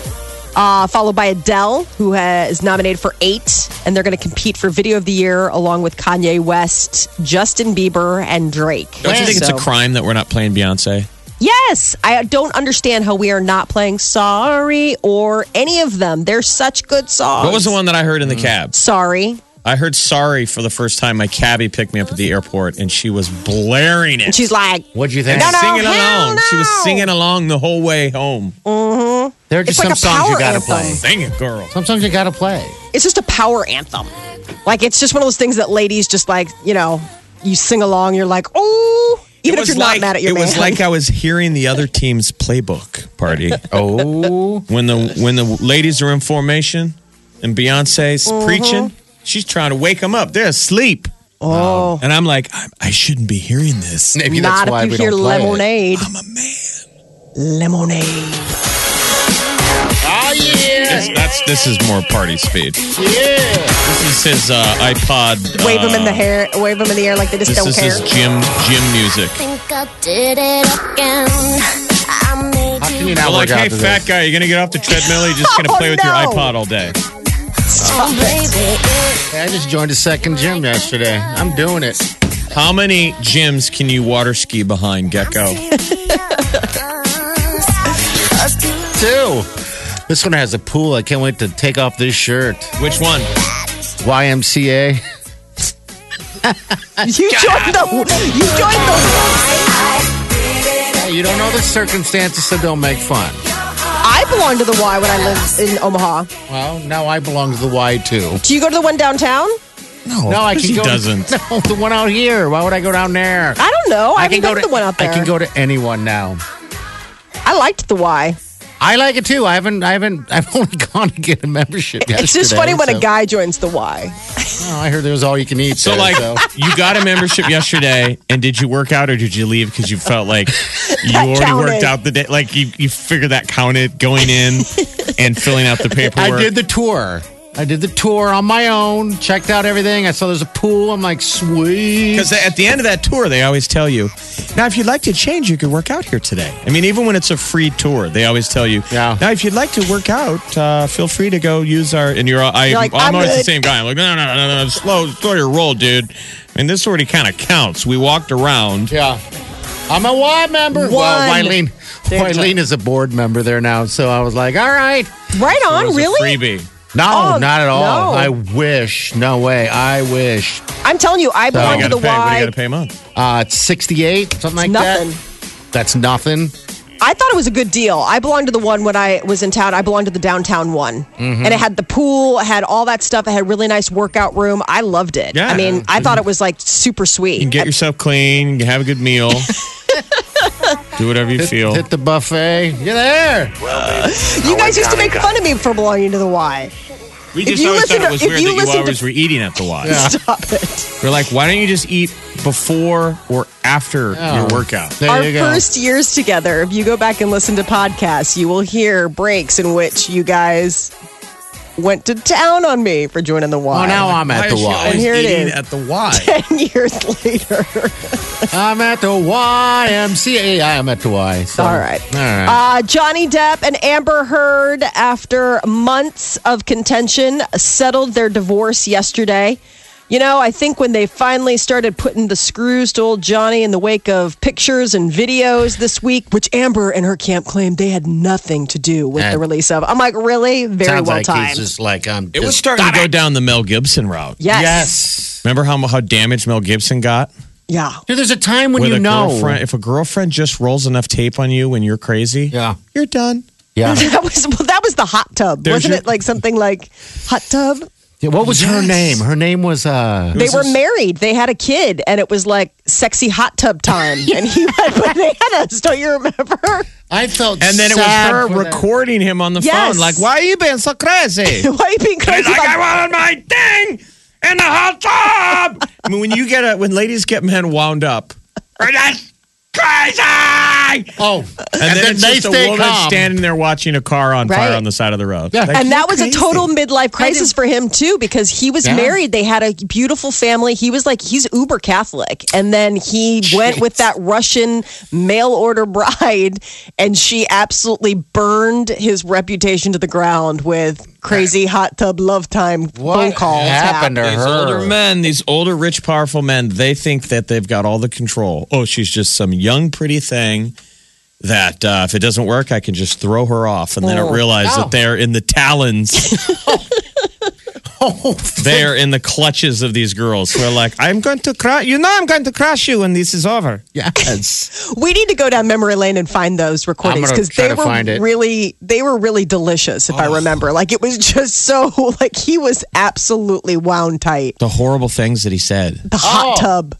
Speaker 2: uh, followed by Adele, who has nominated for eight, and they're going to compete for Video of the Year along with Kanye West, Justin Bieber, and Drake.
Speaker 3: Don't you think it's
Speaker 2: So-
Speaker 3: a crime that we're not playing Beyonce?
Speaker 2: Yes, I don't understand how we are not playing Sorry or any of them. They're such good songs.
Speaker 3: What was the one that I heard in the cab?
Speaker 2: Sorry.
Speaker 3: I heard "Sorry" for the first time. My cabbie picked me up at the airport, and she was blaring it.
Speaker 2: And she's like,
Speaker 4: What'd you think?
Speaker 2: No, no.
Speaker 3: singing
Speaker 2: hell
Speaker 3: along. She was
Speaker 2: no.
Speaker 3: singing along the whole way home.
Speaker 4: There are
Speaker 2: It's
Speaker 4: just
Speaker 2: like
Speaker 4: some
Speaker 2: a
Speaker 4: songs you
Speaker 2: power
Speaker 4: got to
Speaker 2: anthem.
Speaker 4: play.
Speaker 3: Sing it, girl.
Speaker 4: Some songs you got to play.
Speaker 2: it's just a power anthem. Like it's just one of those things that ladies just like, you know, you sing along, you're like, oh, even if
Speaker 3: It was
Speaker 2: you're
Speaker 3: like-
Speaker 2: not mad at your
Speaker 3: It
Speaker 2: man.
Speaker 3: was like I was hearing the other team's playbook party.
Speaker 4: Oh.
Speaker 3: when the when the ladies are in formation and Beyonce's preaching, she's trying to wake them up. They're asleep.
Speaker 2: oh,
Speaker 3: And I'm like, I, I shouldn't be hearing this.
Speaker 4: Maybe
Speaker 2: not
Speaker 4: that's why
Speaker 2: if you
Speaker 4: we
Speaker 2: hear
Speaker 4: don't play
Speaker 2: lemonade.
Speaker 4: it.
Speaker 3: I'm a man.
Speaker 2: Lemonade.
Speaker 4: Oh, yeah.
Speaker 3: That's, that's this is more party speed.
Speaker 4: Yeah.
Speaker 3: This is his uh, iPod.
Speaker 2: Wave them in the
Speaker 3: uh,
Speaker 2: hair, wave them in the air like they just
Speaker 3: This
Speaker 2: don't
Speaker 3: is
Speaker 2: care.
Speaker 3: his gym gym music.
Speaker 8: think I did it again. I made
Speaker 4: How can you not
Speaker 3: They're like,
Speaker 4: work out
Speaker 3: hey,
Speaker 4: to
Speaker 3: fat
Speaker 4: this?
Speaker 3: guy, you're gonna get off the treadmill? Or you're just gonna
Speaker 2: Oh,
Speaker 3: play with your
Speaker 2: no.
Speaker 3: iPod all day.
Speaker 2: Stop it.
Speaker 4: I just joined a second gym yesterday. I'm doing it.
Speaker 3: How many gyms can you water ski behind, Gecko?
Speaker 4: Two. This one has a pool. I can't wait to take off this shirt.
Speaker 3: Which one?
Speaker 4: YMCA.
Speaker 2: You joined the you joined the
Speaker 4: Hey, you don't know the circumstances, so don't make fun.
Speaker 2: I belonged to the Y when I lived in Omaha.
Speaker 4: Well, now I belong to the Y too.
Speaker 2: Do you go to the one downtown?
Speaker 4: No, I can
Speaker 3: he
Speaker 4: go.
Speaker 3: doesn't.
Speaker 4: No, the one out here. Why would I go down there?
Speaker 2: I don't know. Oh, I, haven't been to the one out there.
Speaker 4: I can go to anyone now.
Speaker 2: I liked the Y.
Speaker 4: I like it too. I haven't. I haven't. I've only gone to get a membership.
Speaker 2: It's just
Speaker 4: yesterday,
Speaker 2: funny when
Speaker 4: so-
Speaker 2: a guy joins the Y.
Speaker 4: Oh, I heard there was all you can eat.
Speaker 3: So,
Speaker 4: there,
Speaker 3: like, you got a membership yesterday, and did you work out or did you leave because you felt like you already
Speaker 2: counted.
Speaker 3: worked out the day? Like, you, you figured that counted going in and filling out the paperwork.
Speaker 4: I did the tour. I did the tour on my own. Checked out everything. I saw there's a pool. I'm like, sweet.
Speaker 3: Because at the end of that tour, they always tell you, now if you'd like to change, you could work out here today. I mean, even when it's a free tour, they always tell you,
Speaker 4: Yeah.
Speaker 3: now if you'd like to work out, uh, feel free to go use our. And you're, all, I,
Speaker 2: You're like,
Speaker 3: I'm,
Speaker 2: "I'm
Speaker 3: always the
Speaker 2: good."
Speaker 3: same guy. I'm like, no, no, no, no, no, slow, slow your roll, dude. I mean, this already kind of counts. We walked around.
Speaker 4: Yeah. I'm a Y member. Well,
Speaker 2: One.
Speaker 4: Wyleen, Wyleen is a board member there now. So I was like, all right.
Speaker 2: Right
Speaker 3: It
Speaker 2: on,
Speaker 3: was a
Speaker 2: really?
Speaker 3: freebie.
Speaker 4: No,
Speaker 2: Oh,
Speaker 4: not at all.
Speaker 2: no.
Speaker 4: I wish. No way. I wish.
Speaker 2: I'm telling you, I
Speaker 3: What
Speaker 2: belong
Speaker 3: do you
Speaker 2: to the
Speaker 3: got to pay? What do
Speaker 2: Y.
Speaker 3: you got to pay a month?
Speaker 4: Uh, it's 68, something like
Speaker 2: Nothing.
Speaker 4: that. That's nothing.
Speaker 2: I thought it was a good deal. I belonged to the one when I was in town. I belonged to the downtown one,
Speaker 4: Mm-hmm.
Speaker 2: and it had the pool, it had all that stuff. It had a really nice workout room. I loved it.
Speaker 3: Yeah.
Speaker 2: I mean,
Speaker 4: Mm-hmm.
Speaker 2: I thought it was like super sweet.
Speaker 3: You can get yourself clean, you can have a good meal, do whatever you feel.
Speaker 4: Hit the buffet. You're there.
Speaker 2: You guys used to make fun of me for belonging to the Y.
Speaker 3: We
Speaker 2: If
Speaker 3: just
Speaker 2: you
Speaker 3: always
Speaker 2: listen
Speaker 3: thought
Speaker 2: to-
Speaker 3: it was
Speaker 2: if
Speaker 3: weird
Speaker 2: you
Speaker 3: that you
Speaker 2: listen to-
Speaker 3: always were eating at the Y.
Speaker 2: Stop it.
Speaker 3: They're like, why don't you just eat before or after your workout?
Speaker 4: There
Speaker 2: Our
Speaker 4: you go.
Speaker 2: first years together, if you go back and listen to podcasts, you will hear breaks in which you guys went to town on me for joining the Y.
Speaker 4: well, Oh, now I'm at the
Speaker 2: always-
Speaker 4: Y.
Speaker 2: here it eating is.
Speaker 3: At the Y.
Speaker 2: 10 years later.
Speaker 4: I'm at the Y. YMCA. I'm at the Y. So.
Speaker 2: All right.
Speaker 4: All right.
Speaker 2: Uh, Johnny Depp and Amber Heard, after months of contention, settled their divorce yesterday. You know, I think when they finally started putting the screws to old Johnny in the wake of pictures and videos this week, which Amber and her camp claimed they had nothing to do with
Speaker 4: Yeah.
Speaker 2: the release of. I'm like, really? Very
Speaker 4: Sounds
Speaker 2: well
Speaker 4: like
Speaker 2: timed.
Speaker 4: he's just like, I'm
Speaker 3: It was
Speaker 4: just-
Speaker 3: starting to go down the Mel Gibson route.
Speaker 2: yes.
Speaker 4: Yes.
Speaker 3: Remember how how damaged Mel Gibson got?
Speaker 2: Yeah.
Speaker 4: Dude, there's a time when
Speaker 3: With
Speaker 4: you
Speaker 3: a
Speaker 4: know.
Speaker 3: girlfriend, if a girlfriend just rolls enough tape on you when you're crazy,
Speaker 4: Yeah.
Speaker 3: you're done.
Speaker 4: Yeah.
Speaker 2: That was well, that was the hot tub,
Speaker 3: There's
Speaker 2: wasn't
Speaker 3: your-
Speaker 2: it? Like something like hot tub.
Speaker 4: Yeah, what was her
Speaker 3: Yes.
Speaker 4: name? Her name was uh
Speaker 2: They
Speaker 3: was
Speaker 2: were
Speaker 3: this-
Speaker 2: married. They had a kid, and it was like sexy hot tub time. And he went bananas. Don't you remember?
Speaker 4: I felt
Speaker 3: And then it was
Speaker 4: sad
Speaker 3: her
Speaker 4: for that.
Speaker 3: recording him on the
Speaker 2: Yes.
Speaker 3: phone, like, "Why are you being so crazy?"
Speaker 2: Why are you being
Speaker 3: It's
Speaker 2: crazy?
Speaker 3: like I
Speaker 2: About-
Speaker 3: wanted my thing in the hot tub. I mean, when you get a, when ladies get men wound up, "We're just crazy.
Speaker 4: Oh,
Speaker 3: And, then, it's
Speaker 4: they
Speaker 3: just a
Speaker 4: stay
Speaker 3: woman
Speaker 4: calm.
Speaker 3: standing there watching a car on fire
Speaker 2: Right.
Speaker 3: on the side of the road.
Speaker 4: Yeah.
Speaker 3: Like,
Speaker 2: and that
Speaker 3: you're
Speaker 2: was a
Speaker 3: crazy.
Speaker 2: total midlife crisis for him too, because he was
Speaker 4: Yeah.
Speaker 2: married. They had a beautiful family. He was like he's uber Catholic, and then he went with that Russian mail order bride, and she absolutely burned his reputation to the ground with crazy hot tub love time phone
Speaker 4: What
Speaker 2: calls.
Speaker 4: happened to
Speaker 3: These
Speaker 4: her?
Speaker 3: older men, these older, rich, powerful men, they think that they've got all the control. Oh, she's just some young, pretty thing that uh, if it doesn't work, I can just throw her off. And then I realize
Speaker 4: Oh.
Speaker 3: that they're in the talons.
Speaker 4: Oh,
Speaker 3: They're in the clutches of these girls who are like, I'm going to crush you. know, I'm going to crush you when this is over.
Speaker 4: Yes.
Speaker 2: We need to go down memory lane and find those recordings
Speaker 4: gonna
Speaker 2: because
Speaker 4: try
Speaker 2: they
Speaker 4: to
Speaker 2: were
Speaker 4: find it.
Speaker 2: really they were really delicious if I remember. Like it was just so like he was absolutely wound tight.
Speaker 3: The horrible things that he said.
Speaker 2: The hot tub.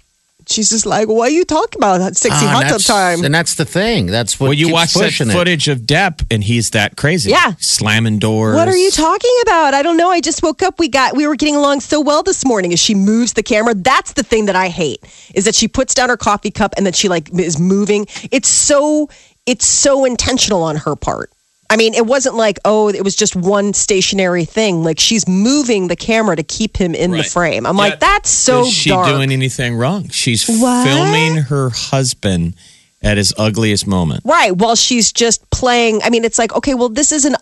Speaker 2: She's just like, what are you talking about? That sexy
Speaker 4: Oh. Ah,
Speaker 2: hot
Speaker 4: and
Speaker 2: tub
Speaker 4: that's-
Speaker 2: time.
Speaker 4: And that's the thing. That's what
Speaker 3: Well, you
Speaker 4: keeps
Speaker 3: watch that
Speaker 4: pushing it.
Speaker 3: footage of Depp, and he's that crazy.
Speaker 2: Yeah.
Speaker 3: Slamming doors.
Speaker 2: What are you talking about? I don't know. I just woke up. We got we were getting along so well this morning. As she moves the camera, that's the thing that I hate is that she puts down her coffee cup and that she like is moving. It's so it's so intentional on her part. I mean, it wasn't like oh, it was just one stationary thing. Like she's moving the camera to keep him in the
Speaker 3: Right.
Speaker 2: frame. I'm
Speaker 3: Yeah.
Speaker 2: like, that's so
Speaker 3: Is she
Speaker 2: dark.
Speaker 3: doing anything wrong? She's
Speaker 2: What?
Speaker 3: filming her husband at his ugliest moment.
Speaker 2: Right. While she's just playing. I mean, it's like, okay, well, this is an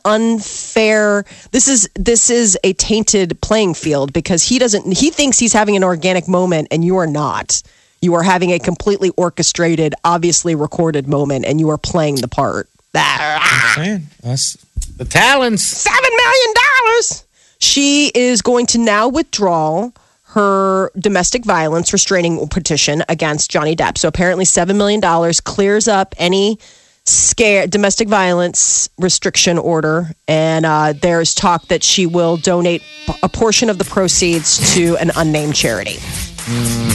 Speaker 2: unfair. This is this is a tainted playing field because he doesn't. He thinks he's having an organic moment, and you are not. You are having a completely orchestrated, obviously recorded moment, and you are playing the part. That
Speaker 3: Man, that's-
Speaker 4: The talents.
Speaker 2: seven million dollars. She is going to now withdraw her domestic violence restraining petition against Johnny Depp. So apparently, seven million dollars clears up any scare domestic violence restriction order, and uh, there is talk that she will donate p- a portion of the proceeds to an unnamed charity.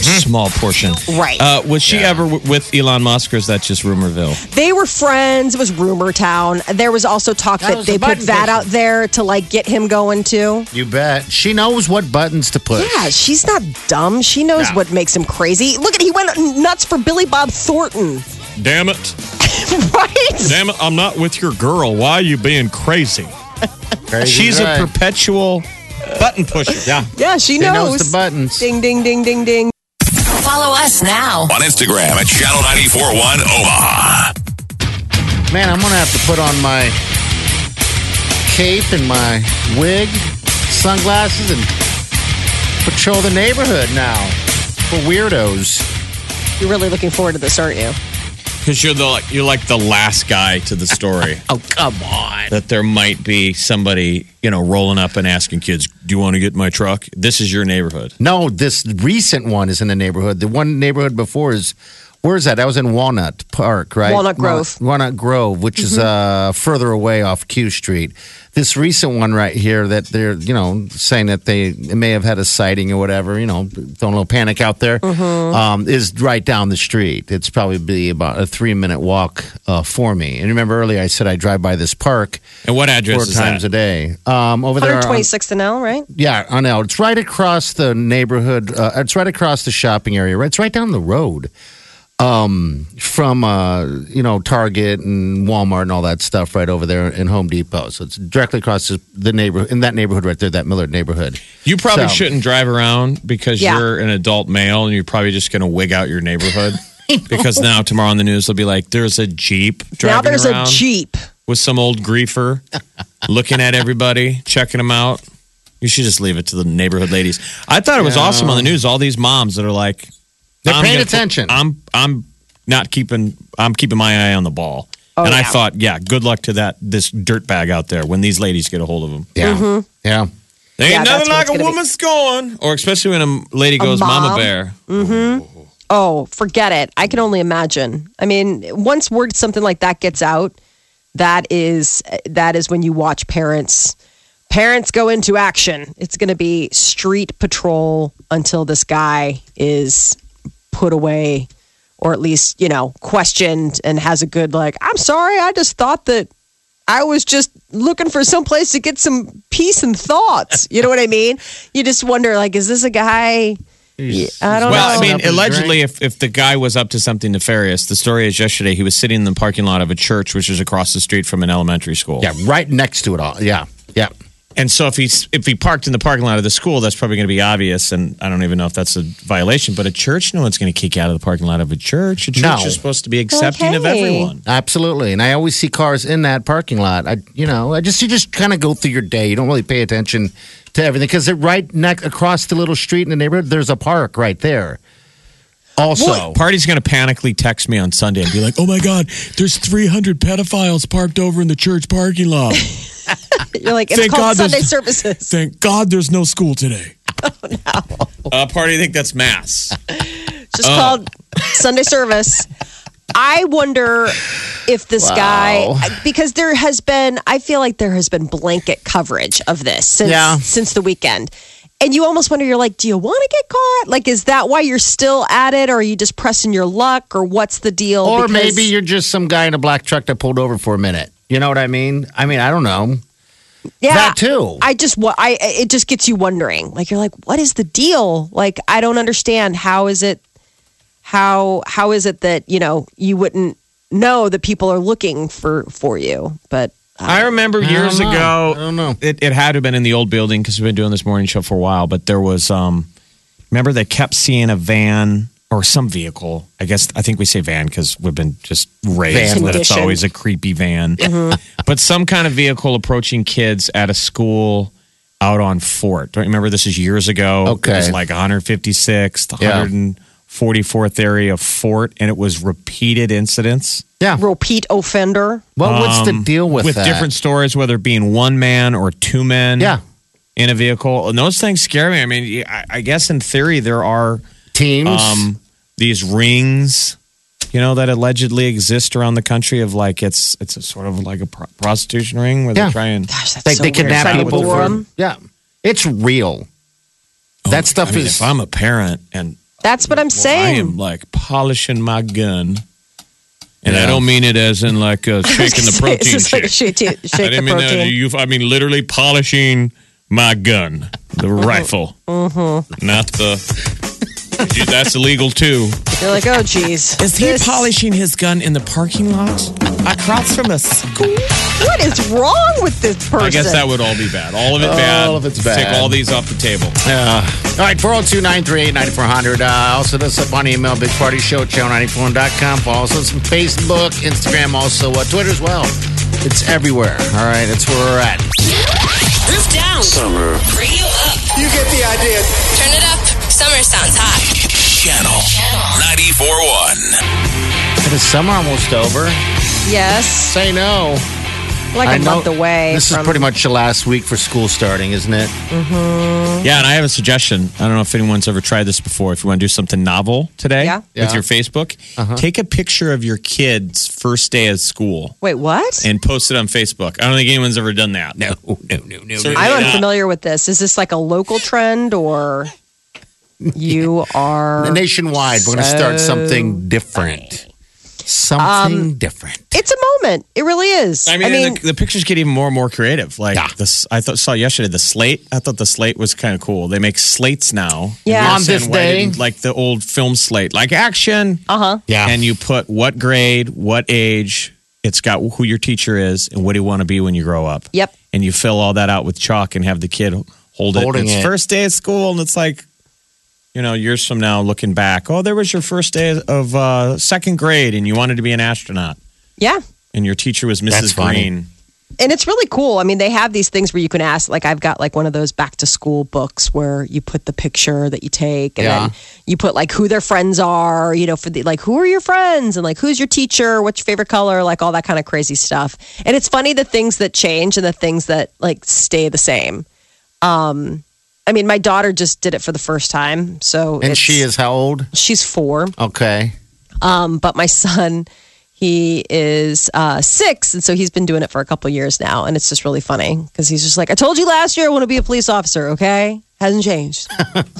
Speaker 3: Small portion.
Speaker 2: Right.
Speaker 3: Uh, was she ever w- with Elon Musk or is that just Rumorville?
Speaker 2: They were friends. It was rumor town. There was also talk
Speaker 4: That
Speaker 2: that,
Speaker 4: was
Speaker 2: they
Speaker 4: the
Speaker 2: put
Speaker 4: button
Speaker 2: that
Speaker 4: pusher.
Speaker 2: out there to like get him going too.
Speaker 4: You bet. She knows what buttons to push.
Speaker 2: Yeah, she's not dumb. She knows
Speaker 4: No.
Speaker 2: what makes him crazy. Look at he went nuts for Billy Bob Thornton,
Speaker 3: Damn it.
Speaker 2: right?
Speaker 3: Damn it. I'm not with your girl. Why are you being crazy?
Speaker 4: Crazy
Speaker 3: She's
Speaker 4: right.
Speaker 3: a perpetual button pusher. Yeah.
Speaker 2: Yeah, she
Speaker 4: She
Speaker 2: knows.
Speaker 4: knows the buttons.
Speaker 2: Ding, ding, ding, ding, ding.
Speaker 7: Follow us now.
Speaker 1: On Instagram at Channel 941 Omaha.
Speaker 4: Man, I'm gonna have to put on my cape and my wig, sunglasses, and patrol the neighborhood now for weirdos.
Speaker 2: You're really looking forward to this, aren't you?
Speaker 3: Because you're the like you're like the last guy to the story.
Speaker 4: Oh come on!
Speaker 3: that there might be somebody, you know, rolling up and asking kids, Do you want to get in my truck? This is your neighborhood.
Speaker 4: No, this recent one is in the neighborhood. The one neighborhood before is where is that? That was in Walnut Park, right?
Speaker 2: Walnut Grove. Mm-hmm.
Speaker 4: Walnut Grove, which is uh, further away off Q Street. This recent one right here that they're, you know, saying that they may have had a sighting or whatever, you know, don't know, panic out there,
Speaker 2: Mm-hmm.
Speaker 4: um, is right down the street. It's probably be about a three minute walk uh, for me. And remember earlier I said I drive by this park
Speaker 3: And what address
Speaker 4: four
Speaker 3: is
Speaker 4: times a
Speaker 3: that?
Speaker 4: day. Um, over there on-
Speaker 2: 126th and L, right?
Speaker 4: yeah, I know. It's right across the neighborhood. Uh, it's right across the shopping area. Right, it's right down the road um, from uh, you know Target and Walmart and all that stuff. Right over there in Home Depot. So it's directly across the- the neighborhood in that neighborhood right there, that Millard neighborhood.
Speaker 3: You probably
Speaker 4: So-
Speaker 3: shouldn't drive around because
Speaker 2: Yeah.
Speaker 3: you're an adult male and you're probably just going to wig out your neighborhood. because now tomorrow on the news they'll be like, there's a jeep driving
Speaker 2: now there's
Speaker 3: around
Speaker 2: a Jeep.
Speaker 3: with some old griefer, looking at everybody, checking them out. You should just leave it to the neighborhood ladies. I thought it was awesome on the news. All these moms that are like,
Speaker 4: They're
Speaker 3: I'm
Speaker 4: paying
Speaker 3: gonna put-
Speaker 4: attention.
Speaker 3: I'm I'm not keeping I'm keeping my eye on the ball. and I
Speaker 2: Oh, yeah.
Speaker 3: thought, yeah, good luck to that this dirt bag out there when these ladies get a hold of them.
Speaker 4: Yeah, yeah.
Speaker 3: There ain't
Speaker 2: Yeah, that's
Speaker 3: nothing
Speaker 2: what
Speaker 3: like
Speaker 2: it's
Speaker 3: a
Speaker 2: gonna be.
Speaker 3: woman scorn, or especially when a lady goes, "Mama
Speaker 2: mom?
Speaker 3: bear."
Speaker 2: Oh, forget it. I can only imagine. I mean, once word something like that gets out, that is that is when you watch parents parents go into action. It's going to be street patrol until this guy is put away or at least, you know, questioned and has a good like, "I'm sorry, I just thought that I was just looking for some place to get some peace and thoughts." You know what I mean? You just wonder like, is this a guy I don't
Speaker 3: Well,
Speaker 2: know.
Speaker 3: I mean,
Speaker 4: Up his
Speaker 3: allegedly,
Speaker 4: drink.
Speaker 3: if, if the guy was up to something nefarious, the story is yesterday he was sitting in the parking lot of a church, which is across the street from an elementary school.
Speaker 4: yeah, right next to it all. Yeah, yeah.
Speaker 3: And so if he's if he parked in the parking lot of the school, that's probably going to be obvious. And I don't even know if that's a violation. But a church, no one's going to kick you out of the parking lot of a church. A church
Speaker 4: No.
Speaker 3: is supposed to be accepting of
Speaker 2: Okay.
Speaker 3: everyone.
Speaker 4: Absolutely, and I always see cars in that parking lot. I, you know, I just you just kind of go through your day. You don't really pay attention to everything because right next across the little street in the neighborhood, there's a park right there. Also,
Speaker 3: Party's going to panically text me on Sunday and be like, "Oh my God, there's 300 pedophiles parked over in the church parking lot.
Speaker 2: You're like, it's
Speaker 3: Thank
Speaker 2: called
Speaker 3: God
Speaker 2: Sunday
Speaker 3: there's-
Speaker 2: services.
Speaker 3: Thank God there's no school today." Oh no! Uh, party, think that's mass.
Speaker 2: Just
Speaker 4: Oh.
Speaker 2: called Sunday service. I wonder if this guy, because there has been, I feel like there has been blanket coverage of this since
Speaker 4: Yeah.
Speaker 2: since the weekend. And you almost wonder, you're like, do you want to get caught? Like, is that why you're still at it? Or are you just pressing your luck? Or what's the deal?
Speaker 4: or
Speaker 2: Because-
Speaker 4: maybe you're just some guy in a black truck that pulled over for a minute. You know what I mean? I mean, I don't know.
Speaker 2: yeah,
Speaker 4: that too.
Speaker 2: I just, wa- I it just gets you wondering. Like, you're like, what is the deal? Like, I don't understand. How is it how how is it that you know you wouldn't know that people are looking for for you but
Speaker 3: I remember years
Speaker 4: know.
Speaker 3: ago.
Speaker 4: I don't know.
Speaker 3: It, it had to have been in the old building because we've been doing this morning show for a while. But there was, um, remember they kept seeing a van or some vehicle. I guess I think we say van because we've been just raised
Speaker 4: Van. Mm-hmm.
Speaker 3: that it's
Speaker 2: Conditioned.
Speaker 3: always a creepy van. but some kind of vehicle approaching kids at a school out on Fort. Don't you remember this is years ago.
Speaker 4: Okay.
Speaker 3: it was like 156th,
Speaker 4: Yeah.
Speaker 3: 144th area of Fort, and it was repeated incidents
Speaker 4: Yeah.
Speaker 2: repeat offender
Speaker 4: Well, what's the deal with,
Speaker 3: um, with
Speaker 4: that?
Speaker 3: different stories, whether it being one man or two men
Speaker 4: Yeah.
Speaker 3: in a vehicle. And those things scare me. I mean, I, I guess in theory, there are
Speaker 4: teams?
Speaker 3: um, these um, rings you know, that allegedly exist around the country of like it's it's a sort of like a pro- prostitution ring where
Speaker 4: Yeah.
Speaker 3: they try and
Speaker 2: Gosh, that's
Speaker 4: Like
Speaker 2: so
Speaker 4: they
Speaker 2: weird.
Speaker 4: kidnap
Speaker 2: Trying to
Speaker 4: people
Speaker 2: lure
Speaker 4: for-
Speaker 2: 'em.
Speaker 4: Yeah, it's real. that stuff
Speaker 3: Oh, I mean,
Speaker 4: is.
Speaker 3: if I'm a parent and
Speaker 2: That's what I'm
Speaker 3: I
Speaker 2: saying.
Speaker 3: am like polishing my gun, and
Speaker 4: Yeah.
Speaker 3: I don't mean it as in like uh, shaking the
Speaker 2: It's
Speaker 3: protein
Speaker 2: just like
Speaker 3: shake.
Speaker 2: shake t-
Speaker 3: I
Speaker 2: shake the
Speaker 3: didn't mean that.
Speaker 2: protein.
Speaker 3: You, I mean literally polishing my gun, the
Speaker 2: Uh-huh.
Speaker 3: rifle, mm-hmm. not the. Dude, that's illegal too.
Speaker 2: You're like, oh, geez.
Speaker 3: Is he
Speaker 2: This-
Speaker 3: polishing his gun in the parking lot? Across from us.
Speaker 2: What is wrong with this person?
Speaker 3: I guess that would all be bad. All of it bad.
Speaker 4: All of it's
Speaker 3: Let's
Speaker 4: bad.
Speaker 3: Take all these off the table.
Speaker 2: Uh-huh.
Speaker 4: Uh, all right, 402 938 9400. Uh, also, hit us up on email, Big Party Show, channel94.com. Follow us on some Facebook, Instagram, also uh, Twitter as well. It's everywhere. All right, that's where we're at.
Speaker 5: Roof down.
Speaker 1: Summer
Speaker 5: Radio up.
Speaker 9: You get the idea.
Speaker 5: Turn it up. Summer sounds hot.
Speaker 1: Channel 94.1.
Speaker 4: It is summer almost over.
Speaker 2: yes,
Speaker 4: Say no.
Speaker 2: like
Speaker 4: I
Speaker 2: a month away.
Speaker 4: This
Speaker 2: from,
Speaker 4: is pretty much the last week for school starting, isn't it?
Speaker 3: Yeah, and I have a suggestion. I don't know if anyone's ever tried this before. If you want to do something novel today
Speaker 2: Yeah. Uh-huh.
Speaker 3: with
Speaker 4: Yeah.
Speaker 3: your Facebook, take a picture of your kid's first day of school
Speaker 2: Wait, what?
Speaker 3: and post it on Facebook. I don't think anyone's ever done that. No, no, no, no.
Speaker 2: I'm unfamiliar with this. Is this like a local trend or you are?
Speaker 4: Nationwide, we're going to start something different. Something
Speaker 2: Um,
Speaker 4: different.
Speaker 2: It's a moment. It really is.
Speaker 3: I mean, and the, the pictures get even more and more creative. Like this, I thought saw yesterday the slate. I thought the slate was kind of cool. They make slates now.
Speaker 2: Yeah.
Speaker 3: You
Speaker 4: On this
Speaker 3: understand why they
Speaker 4: day.
Speaker 3: didn't like the old film slate, like action.
Speaker 2: uh huh.
Speaker 4: Yeah.
Speaker 3: and you put what grade, what age, it's got who your teacher is, and what do you want to be when you grow up.
Speaker 2: Yep.
Speaker 3: And you fill all that out with chalk and have the kid hold it.
Speaker 4: Holding
Speaker 3: it's
Speaker 4: it.
Speaker 3: first day of school, and it's like, you know, years from now, looking back, oh, there was your first day of uh, second grade, and you wanted to be an astronaut,
Speaker 2: Yeah.
Speaker 3: and your teacher was Mrs.
Speaker 4: That's funny.
Speaker 3: Green.
Speaker 2: and it's really cool. I mean, they have these things where you can ask. Like, I've got like one of those back to school books where you put the picture that you take, and
Speaker 4: Yeah.
Speaker 2: then you put like who their friends are. You know, for the like who are your friends, and like who's your teacher, what's your favorite color, like all that kind of crazy stuff. And it's funny the things that change and the things that like stay the same. Um, I mean, my daughter just did it for the first time, so
Speaker 4: and
Speaker 2: it's-
Speaker 4: she is how old?
Speaker 2: she's four.
Speaker 4: Okay.
Speaker 2: Um, but my son, he is uh, six, and so he's been doing it for a couple years now, and it's just really funny because he's just like, "I told you last year I want to be a police officer." Okay, hasn't changed.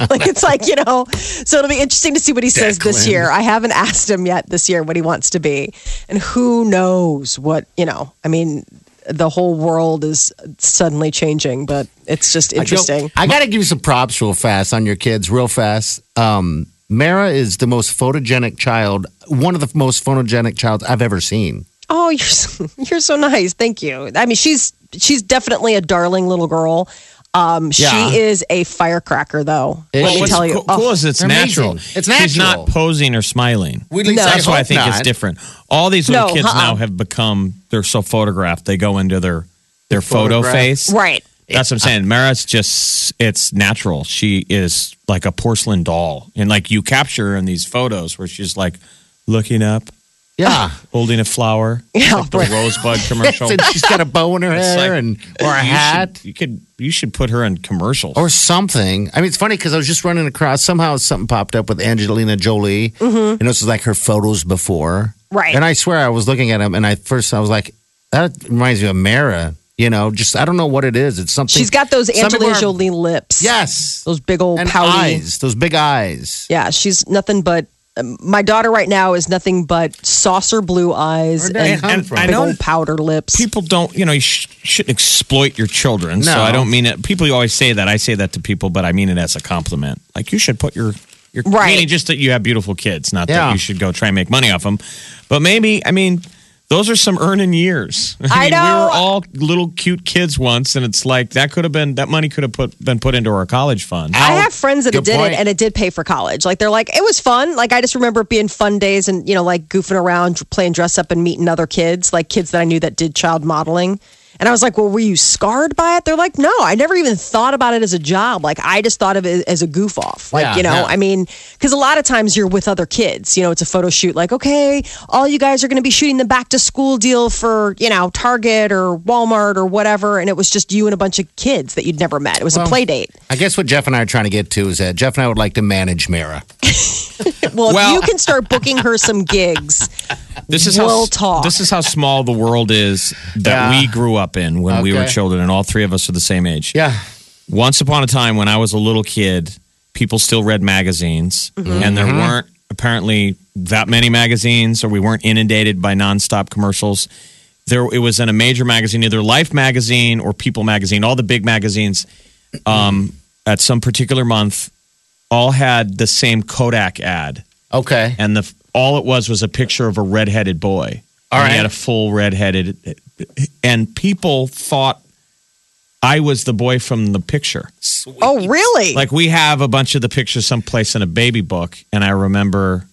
Speaker 2: like it's like you know, so it'll be interesting to see what he says this
Speaker 4: Declan.
Speaker 2: year. I haven't asked him yet this year what he wants to be, and who knows what you know. I mean. The whole world is suddenly changing, but it's just interesting.
Speaker 4: I, got to give you some props real fast on your kids, real fast. Um, Mara is the most photogenic child, one of the most photogenic child I've ever seen.
Speaker 2: Oh, you're so, you're so nice. Thank you. I mean, she's she's definitely a darling little girl. Um,
Speaker 4: Yeah.
Speaker 2: She is a firecracker, though.
Speaker 4: Is
Speaker 2: let
Speaker 4: she?
Speaker 2: me
Speaker 3: what's
Speaker 2: tell you.
Speaker 3: coo-
Speaker 2: Oh,
Speaker 3: cool, is it's
Speaker 4: They're
Speaker 3: natural.
Speaker 4: amazing. It's
Speaker 3: She's
Speaker 4: natural.
Speaker 3: not posing or smiling.
Speaker 4: We- at least I
Speaker 3: That's why I
Speaker 4: hope
Speaker 3: think it's
Speaker 4: not.
Speaker 3: different. All these little
Speaker 2: No,
Speaker 3: kids
Speaker 2: uh-uh.
Speaker 3: now have become they're so photographed. They go into their their photo
Speaker 4: Photograph.
Speaker 3: face.
Speaker 2: Oh, right.
Speaker 3: That's what I'm saying. Mara's just it's natural. She is like a porcelain doll. And like you capture her in these photos where she's like looking up,
Speaker 4: Yeah.
Speaker 3: holding a flower.
Speaker 2: Yeah,
Speaker 3: like the rosebud commercial.
Speaker 2: Oh.
Speaker 4: and she's got a bow in her
Speaker 3: It's
Speaker 4: hair
Speaker 3: like-
Speaker 4: and or a
Speaker 3: You should-
Speaker 4: hat.
Speaker 3: you could you should put her in commercials.
Speaker 4: or something. I mean, it's funny because I was just running across somehow something popped up with Angelina Jolie, and this is like her photos before,
Speaker 2: Mm-hmm. Right.
Speaker 4: And I swear I was looking at them, and I first I was like, that reminds me of Mara. You know, just I don't know what it is. It's something
Speaker 2: She's got those
Speaker 4: Some people
Speaker 2: Angelina
Speaker 4: are-
Speaker 2: Jolie lips.
Speaker 4: Yes,
Speaker 2: Those big old
Speaker 4: and
Speaker 2: pouty.
Speaker 4: eyes, those big eyes.
Speaker 2: Yeah, she's nothing but. um, My daughter right now is nothing but saucer blue eyes
Speaker 4: Where'd that
Speaker 2: and,
Speaker 4: come
Speaker 3: and
Speaker 4: from?
Speaker 3: I
Speaker 2: big
Speaker 3: know
Speaker 2: old powder lips.
Speaker 3: people don't you know you sh- shouldn't exploit your children so
Speaker 4: No.
Speaker 3: i don't mean it people always say that i say that to people but i mean it as a compliment like you should put your your
Speaker 2: Right.
Speaker 3: meaning just that you have beautiful kids not
Speaker 4: Yeah.
Speaker 3: that you should go try and make money off them but maybe i mean those are some earning years
Speaker 2: I
Speaker 3: mean, we
Speaker 2: know.
Speaker 3: were all little cute kids once and it's like that could have been that money could have put been put into our college fund
Speaker 2: I have friends that
Speaker 4: Good
Speaker 2: did
Speaker 4: point.
Speaker 2: it and it did pay for college. Like they're like, it was fun. Like I just remember it being fun days and, you know, like goofing around, playing dress up and meeting other kids, like kids that I knew that did child modeling. And I was like, well, were you scarred by it? They're like, no, I never even thought about it as a job. Like, I just thought of it as a goof off. Like,
Speaker 4: Yeah,
Speaker 2: you know,
Speaker 4: yeah.
Speaker 2: I mean, because a lot of times you're with other kids. You know, it's a photo shoot. Like, okay, all you guys are going to be shooting the back to school deal for, you know, Target or Walmart or whatever. And it was just you and a bunch of kids that you'd never met. It was a play date.
Speaker 4: I guess what Jeff and I are trying to get to is that Jeff and I would like to manage Mara.
Speaker 2: Well,
Speaker 3: Well-
Speaker 2: if you can start booking her some gigs.
Speaker 3: This is
Speaker 2: We'll
Speaker 3: how
Speaker 2: talk.
Speaker 3: this is how small the world is that
Speaker 4: Yeah.
Speaker 3: we grew up in when we were
Speaker 4: Okay.
Speaker 3: children, and all three of us are the same age.
Speaker 4: Yeah.
Speaker 3: Once upon a time, when I was a little kid, people still read magazines,
Speaker 4: Mm-hmm.
Speaker 3: and there weren't apparently that many magazines, or we weren't inundated by nonstop commercials. There, it was in a major magazine, either Life magazine or People magazine, all the big magazines. Um, at some particular month, all had the same Kodak ad
Speaker 4: Okay.
Speaker 3: and the all it was was a picture of a redheaded boy.
Speaker 4: All
Speaker 3: and he
Speaker 4: right.
Speaker 3: had a full redheaded, and people thought I was the boy from the picture.
Speaker 2: Oh, really?
Speaker 3: Like we have a bunch of the pictures someplace in a baby book, and I remember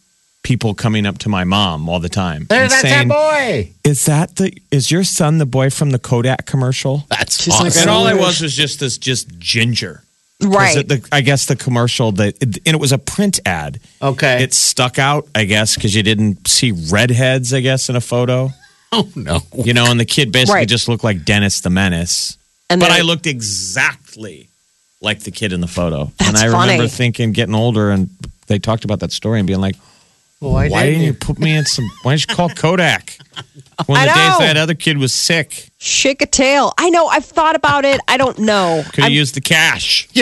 Speaker 3: people coming up to my mom all the time
Speaker 4: There,
Speaker 3: and
Speaker 4: that's
Speaker 3: saying,
Speaker 4: that boy.
Speaker 3: "Is that the is your son the boy from the Kodak commercial?"
Speaker 4: That's
Speaker 2: She's like,
Speaker 3: And
Speaker 4: awesome.
Speaker 3: all I was was just this, just ginger. 'Cause
Speaker 2: right.
Speaker 3: it- the- I guess the commercial that, and it was a print ad.
Speaker 4: okay.
Speaker 3: It stuck out, I guess, because you didn't see redheads, I guess, in a photo.
Speaker 4: oh no.
Speaker 3: You know, and the kid basically
Speaker 2: Right.
Speaker 3: just looked like Dennis the Menace.
Speaker 2: and
Speaker 3: But
Speaker 2: then-
Speaker 3: I looked exactly like the kid in the photo. and
Speaker 2: That's
Speaker 3: I
Speaker 2: funny.
Speaker 3: remember thinking, getting older, and they talked about that story and being like,
Speaker 4: Why,
Speaker 3: why didn't you put me in some, why didn't you call Kodak? One
Speaker 2: I
Speaker 3: of the days
Speaker 2: know.
Speaker 3: that other kid was sick,
Speaker 2: shake a tail. I know. I've thought about it. I don't know.
Speaker 3: could have used the cash.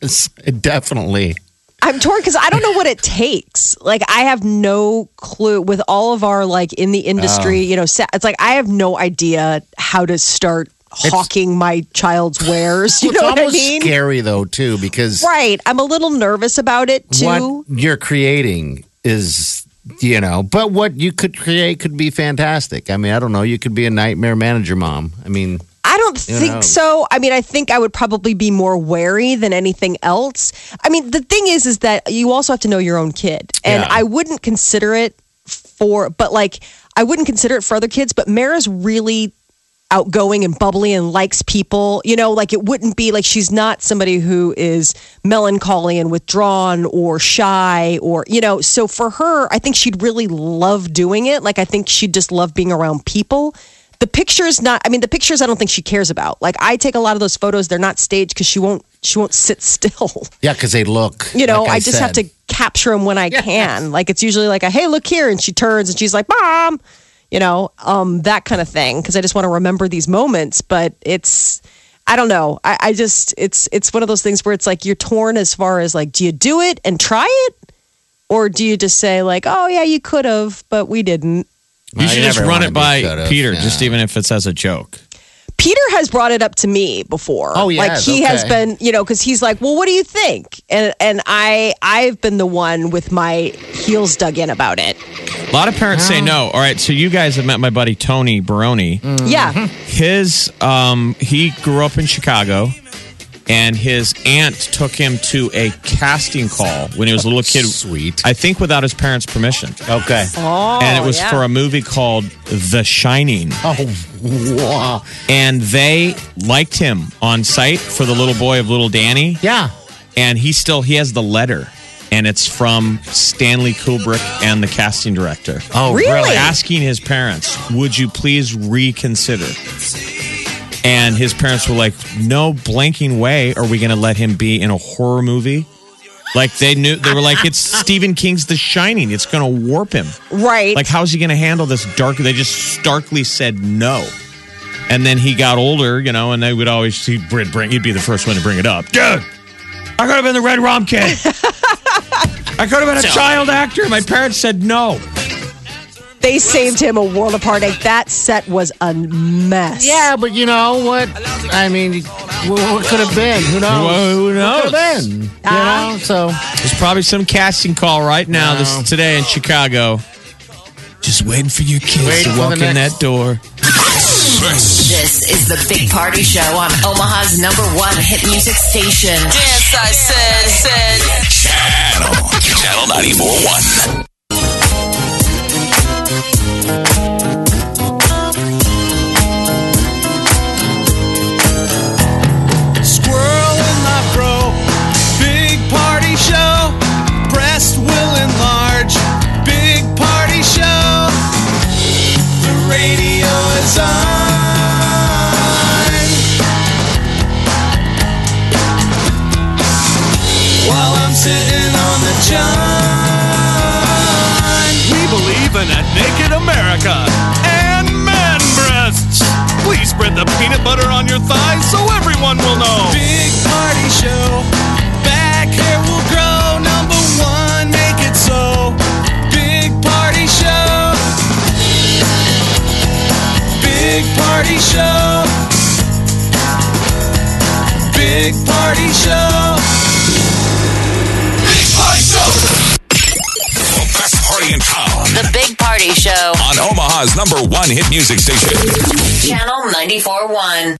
Speaker 4: Yes, definitely.
Speaker 2: I'm torn because I don't know what it takes. Like I have no clue with all of our like in the industry,
Speaker 3: Ah.
Speaker 2: you know, sa- it's like I have no idea how to start hawking my child's wares. You
Speaker 4: it's
Speaker 2: know what I
Speaker 4: almost
Speaker 2: mean?
Speaker 4: scary though too because
Speaker 2: Right. I'm a little nervous about it too.
Speaker 4: what you're creating is you know, but what you could create could be fantastic. I mean, I don't know. You could be a nightmare manager mom. I mean,
Speaker 2: I don't
Speaker 4: You
Speaker 2: think
Speaker 4: know.
Speaker 2: so. I mean, I think I would probably be more wary than anything else. I mean, the thing is, is that you also have to know your own kid, and
Speaker 4: Yeah.
Speaker 2: I wouldn't consider it for, but like, I wouldn't consider it for other kids. But Mara's really outgoing and bubbly and likes people. You know, like it wouldn't be like she's not somebody who is melancholy and withdrawn or shy or, you know, so for her, I think she'd really love doing it. Like I think she'd just love being around people. The pictures not I mean the pictures I don't think she cares about. Like I take a lot of those photos, they're not staged cuz she won't she won't sit still.
Speaker 4: yeah, because they look.
Speaker 2: You know,
Speaker 4: like
Speaker 2: I, just have
Speaker 4: said.
Speaker 2: to capture them when I can. Like it's usually like a hey, look here, and she turns and she's like, "Mom," you know, um, that kind of thing. Because I just want to remember these moments. But it's, I don't know. I, I just it's it's one of those things where it's like you're torn as far as like, do you do it and try it, or do you just say like, oh yeah, you could have, but we didn't.
Speaker 3: You
Speaker 4: I
Speaker 3: should just
Speaker 4: never
Speaker 3: run
Speaker 4: wanna
Speaker 3: it
Speaker 4: be
Speaker 3: by
Speaker 4: cut off,
Speaker 3: Peter,
Speaker 4: yeah.
Speaker 3: just even if it's as a joke.
Speaker 2: Peter has brought it up to me before.
Speaker 4: Oh, he
Speaker 2: like
Speaker 4: has,
Speaker 2: he has
Speaker 4: okay.
Speaker 2: been, you know, because he's like, "Well, what do you think?" And and I I've been the one with my heels dug in about it.
Speaker 3: A lot of parents say no. All right, so you guys have met my buddy Tony Baroni.
Speaker 4: Mm.
Speaker 2: Yeah,
Speaker 3: His um, he grew up in Chicago, and his aunt took him to a casting call when he was a little kid.
Speaker 4: Sweet.
Speaker 3: I think without his parents' permission,
Speaker 4: Okay.
Speaker 3: and it was
Speaker 2: yeah.
Speaker 3: for a movie called The Shining.
Speaker 4: Oh, wow.
Speaker 3: And they liked him on site for the little boy of Little Danny.
Speaker 4: Yeah.
Speaker 3: and he still he has the letter and it's from stanley kubrick and the casting director
Speaker 4: Oh,
Speaker 2: Really? really?
Speaker 3: asking his parents would you please reconsider and his parents were like no blanking way are we going to let him be in a horror movie like they knew they were like it's stephen king's the shining it's going to warp him
Speaker 2: right.
Speaker 3: like, how's he going to handle this dark? They just starkly said no. And then he got older, you know, and they would always he'd br- bring. He'd be the first one to bring it up. Dude, I could have been the Red Rom kid. I could have been a child actor. My parents said no.
Speaker 2: they saved him a world of heartache. That set was a mess.
Speaker 4: Yeah, but you know what? I mean, what could have been? Who knows?
Speaker 3: Well, who
Speaker 4: Could have
Speaker 3: knows?
Speaker 4: been. You know, so
Speaker 3: There's probably some casting call right now.
Speaker 4: No.
Speaker 3: This today in Chicago. Just waiting for your kids
Speaker 4: Waiting
Speaker 3: to
Speaker 4: for
Speaker 3: walk
Speaker 4: the
Speaker 3: in
Speaker 4: next-
Speaker 3: that door.
Speaker 7: This is the Big Party Show on Omaha's number one hit music station. Dance, I said, said.
Speaker 1: Channel, Channel 941.
Speaker 3: sitting on the john. We believe in a naked America and man breasts. Please spread the peanut butter on your thighs so everyone will know. Big party show. Back hair will grow. Number one, make it so. Big party show. Big party show. Big party show.
Speaker 1: Big Party Show. The best party in town
Speaker 5: The Big Party Show.
Speaker 1: on Omaha's number one hit music station.
Speaker 5: Channel 94.1.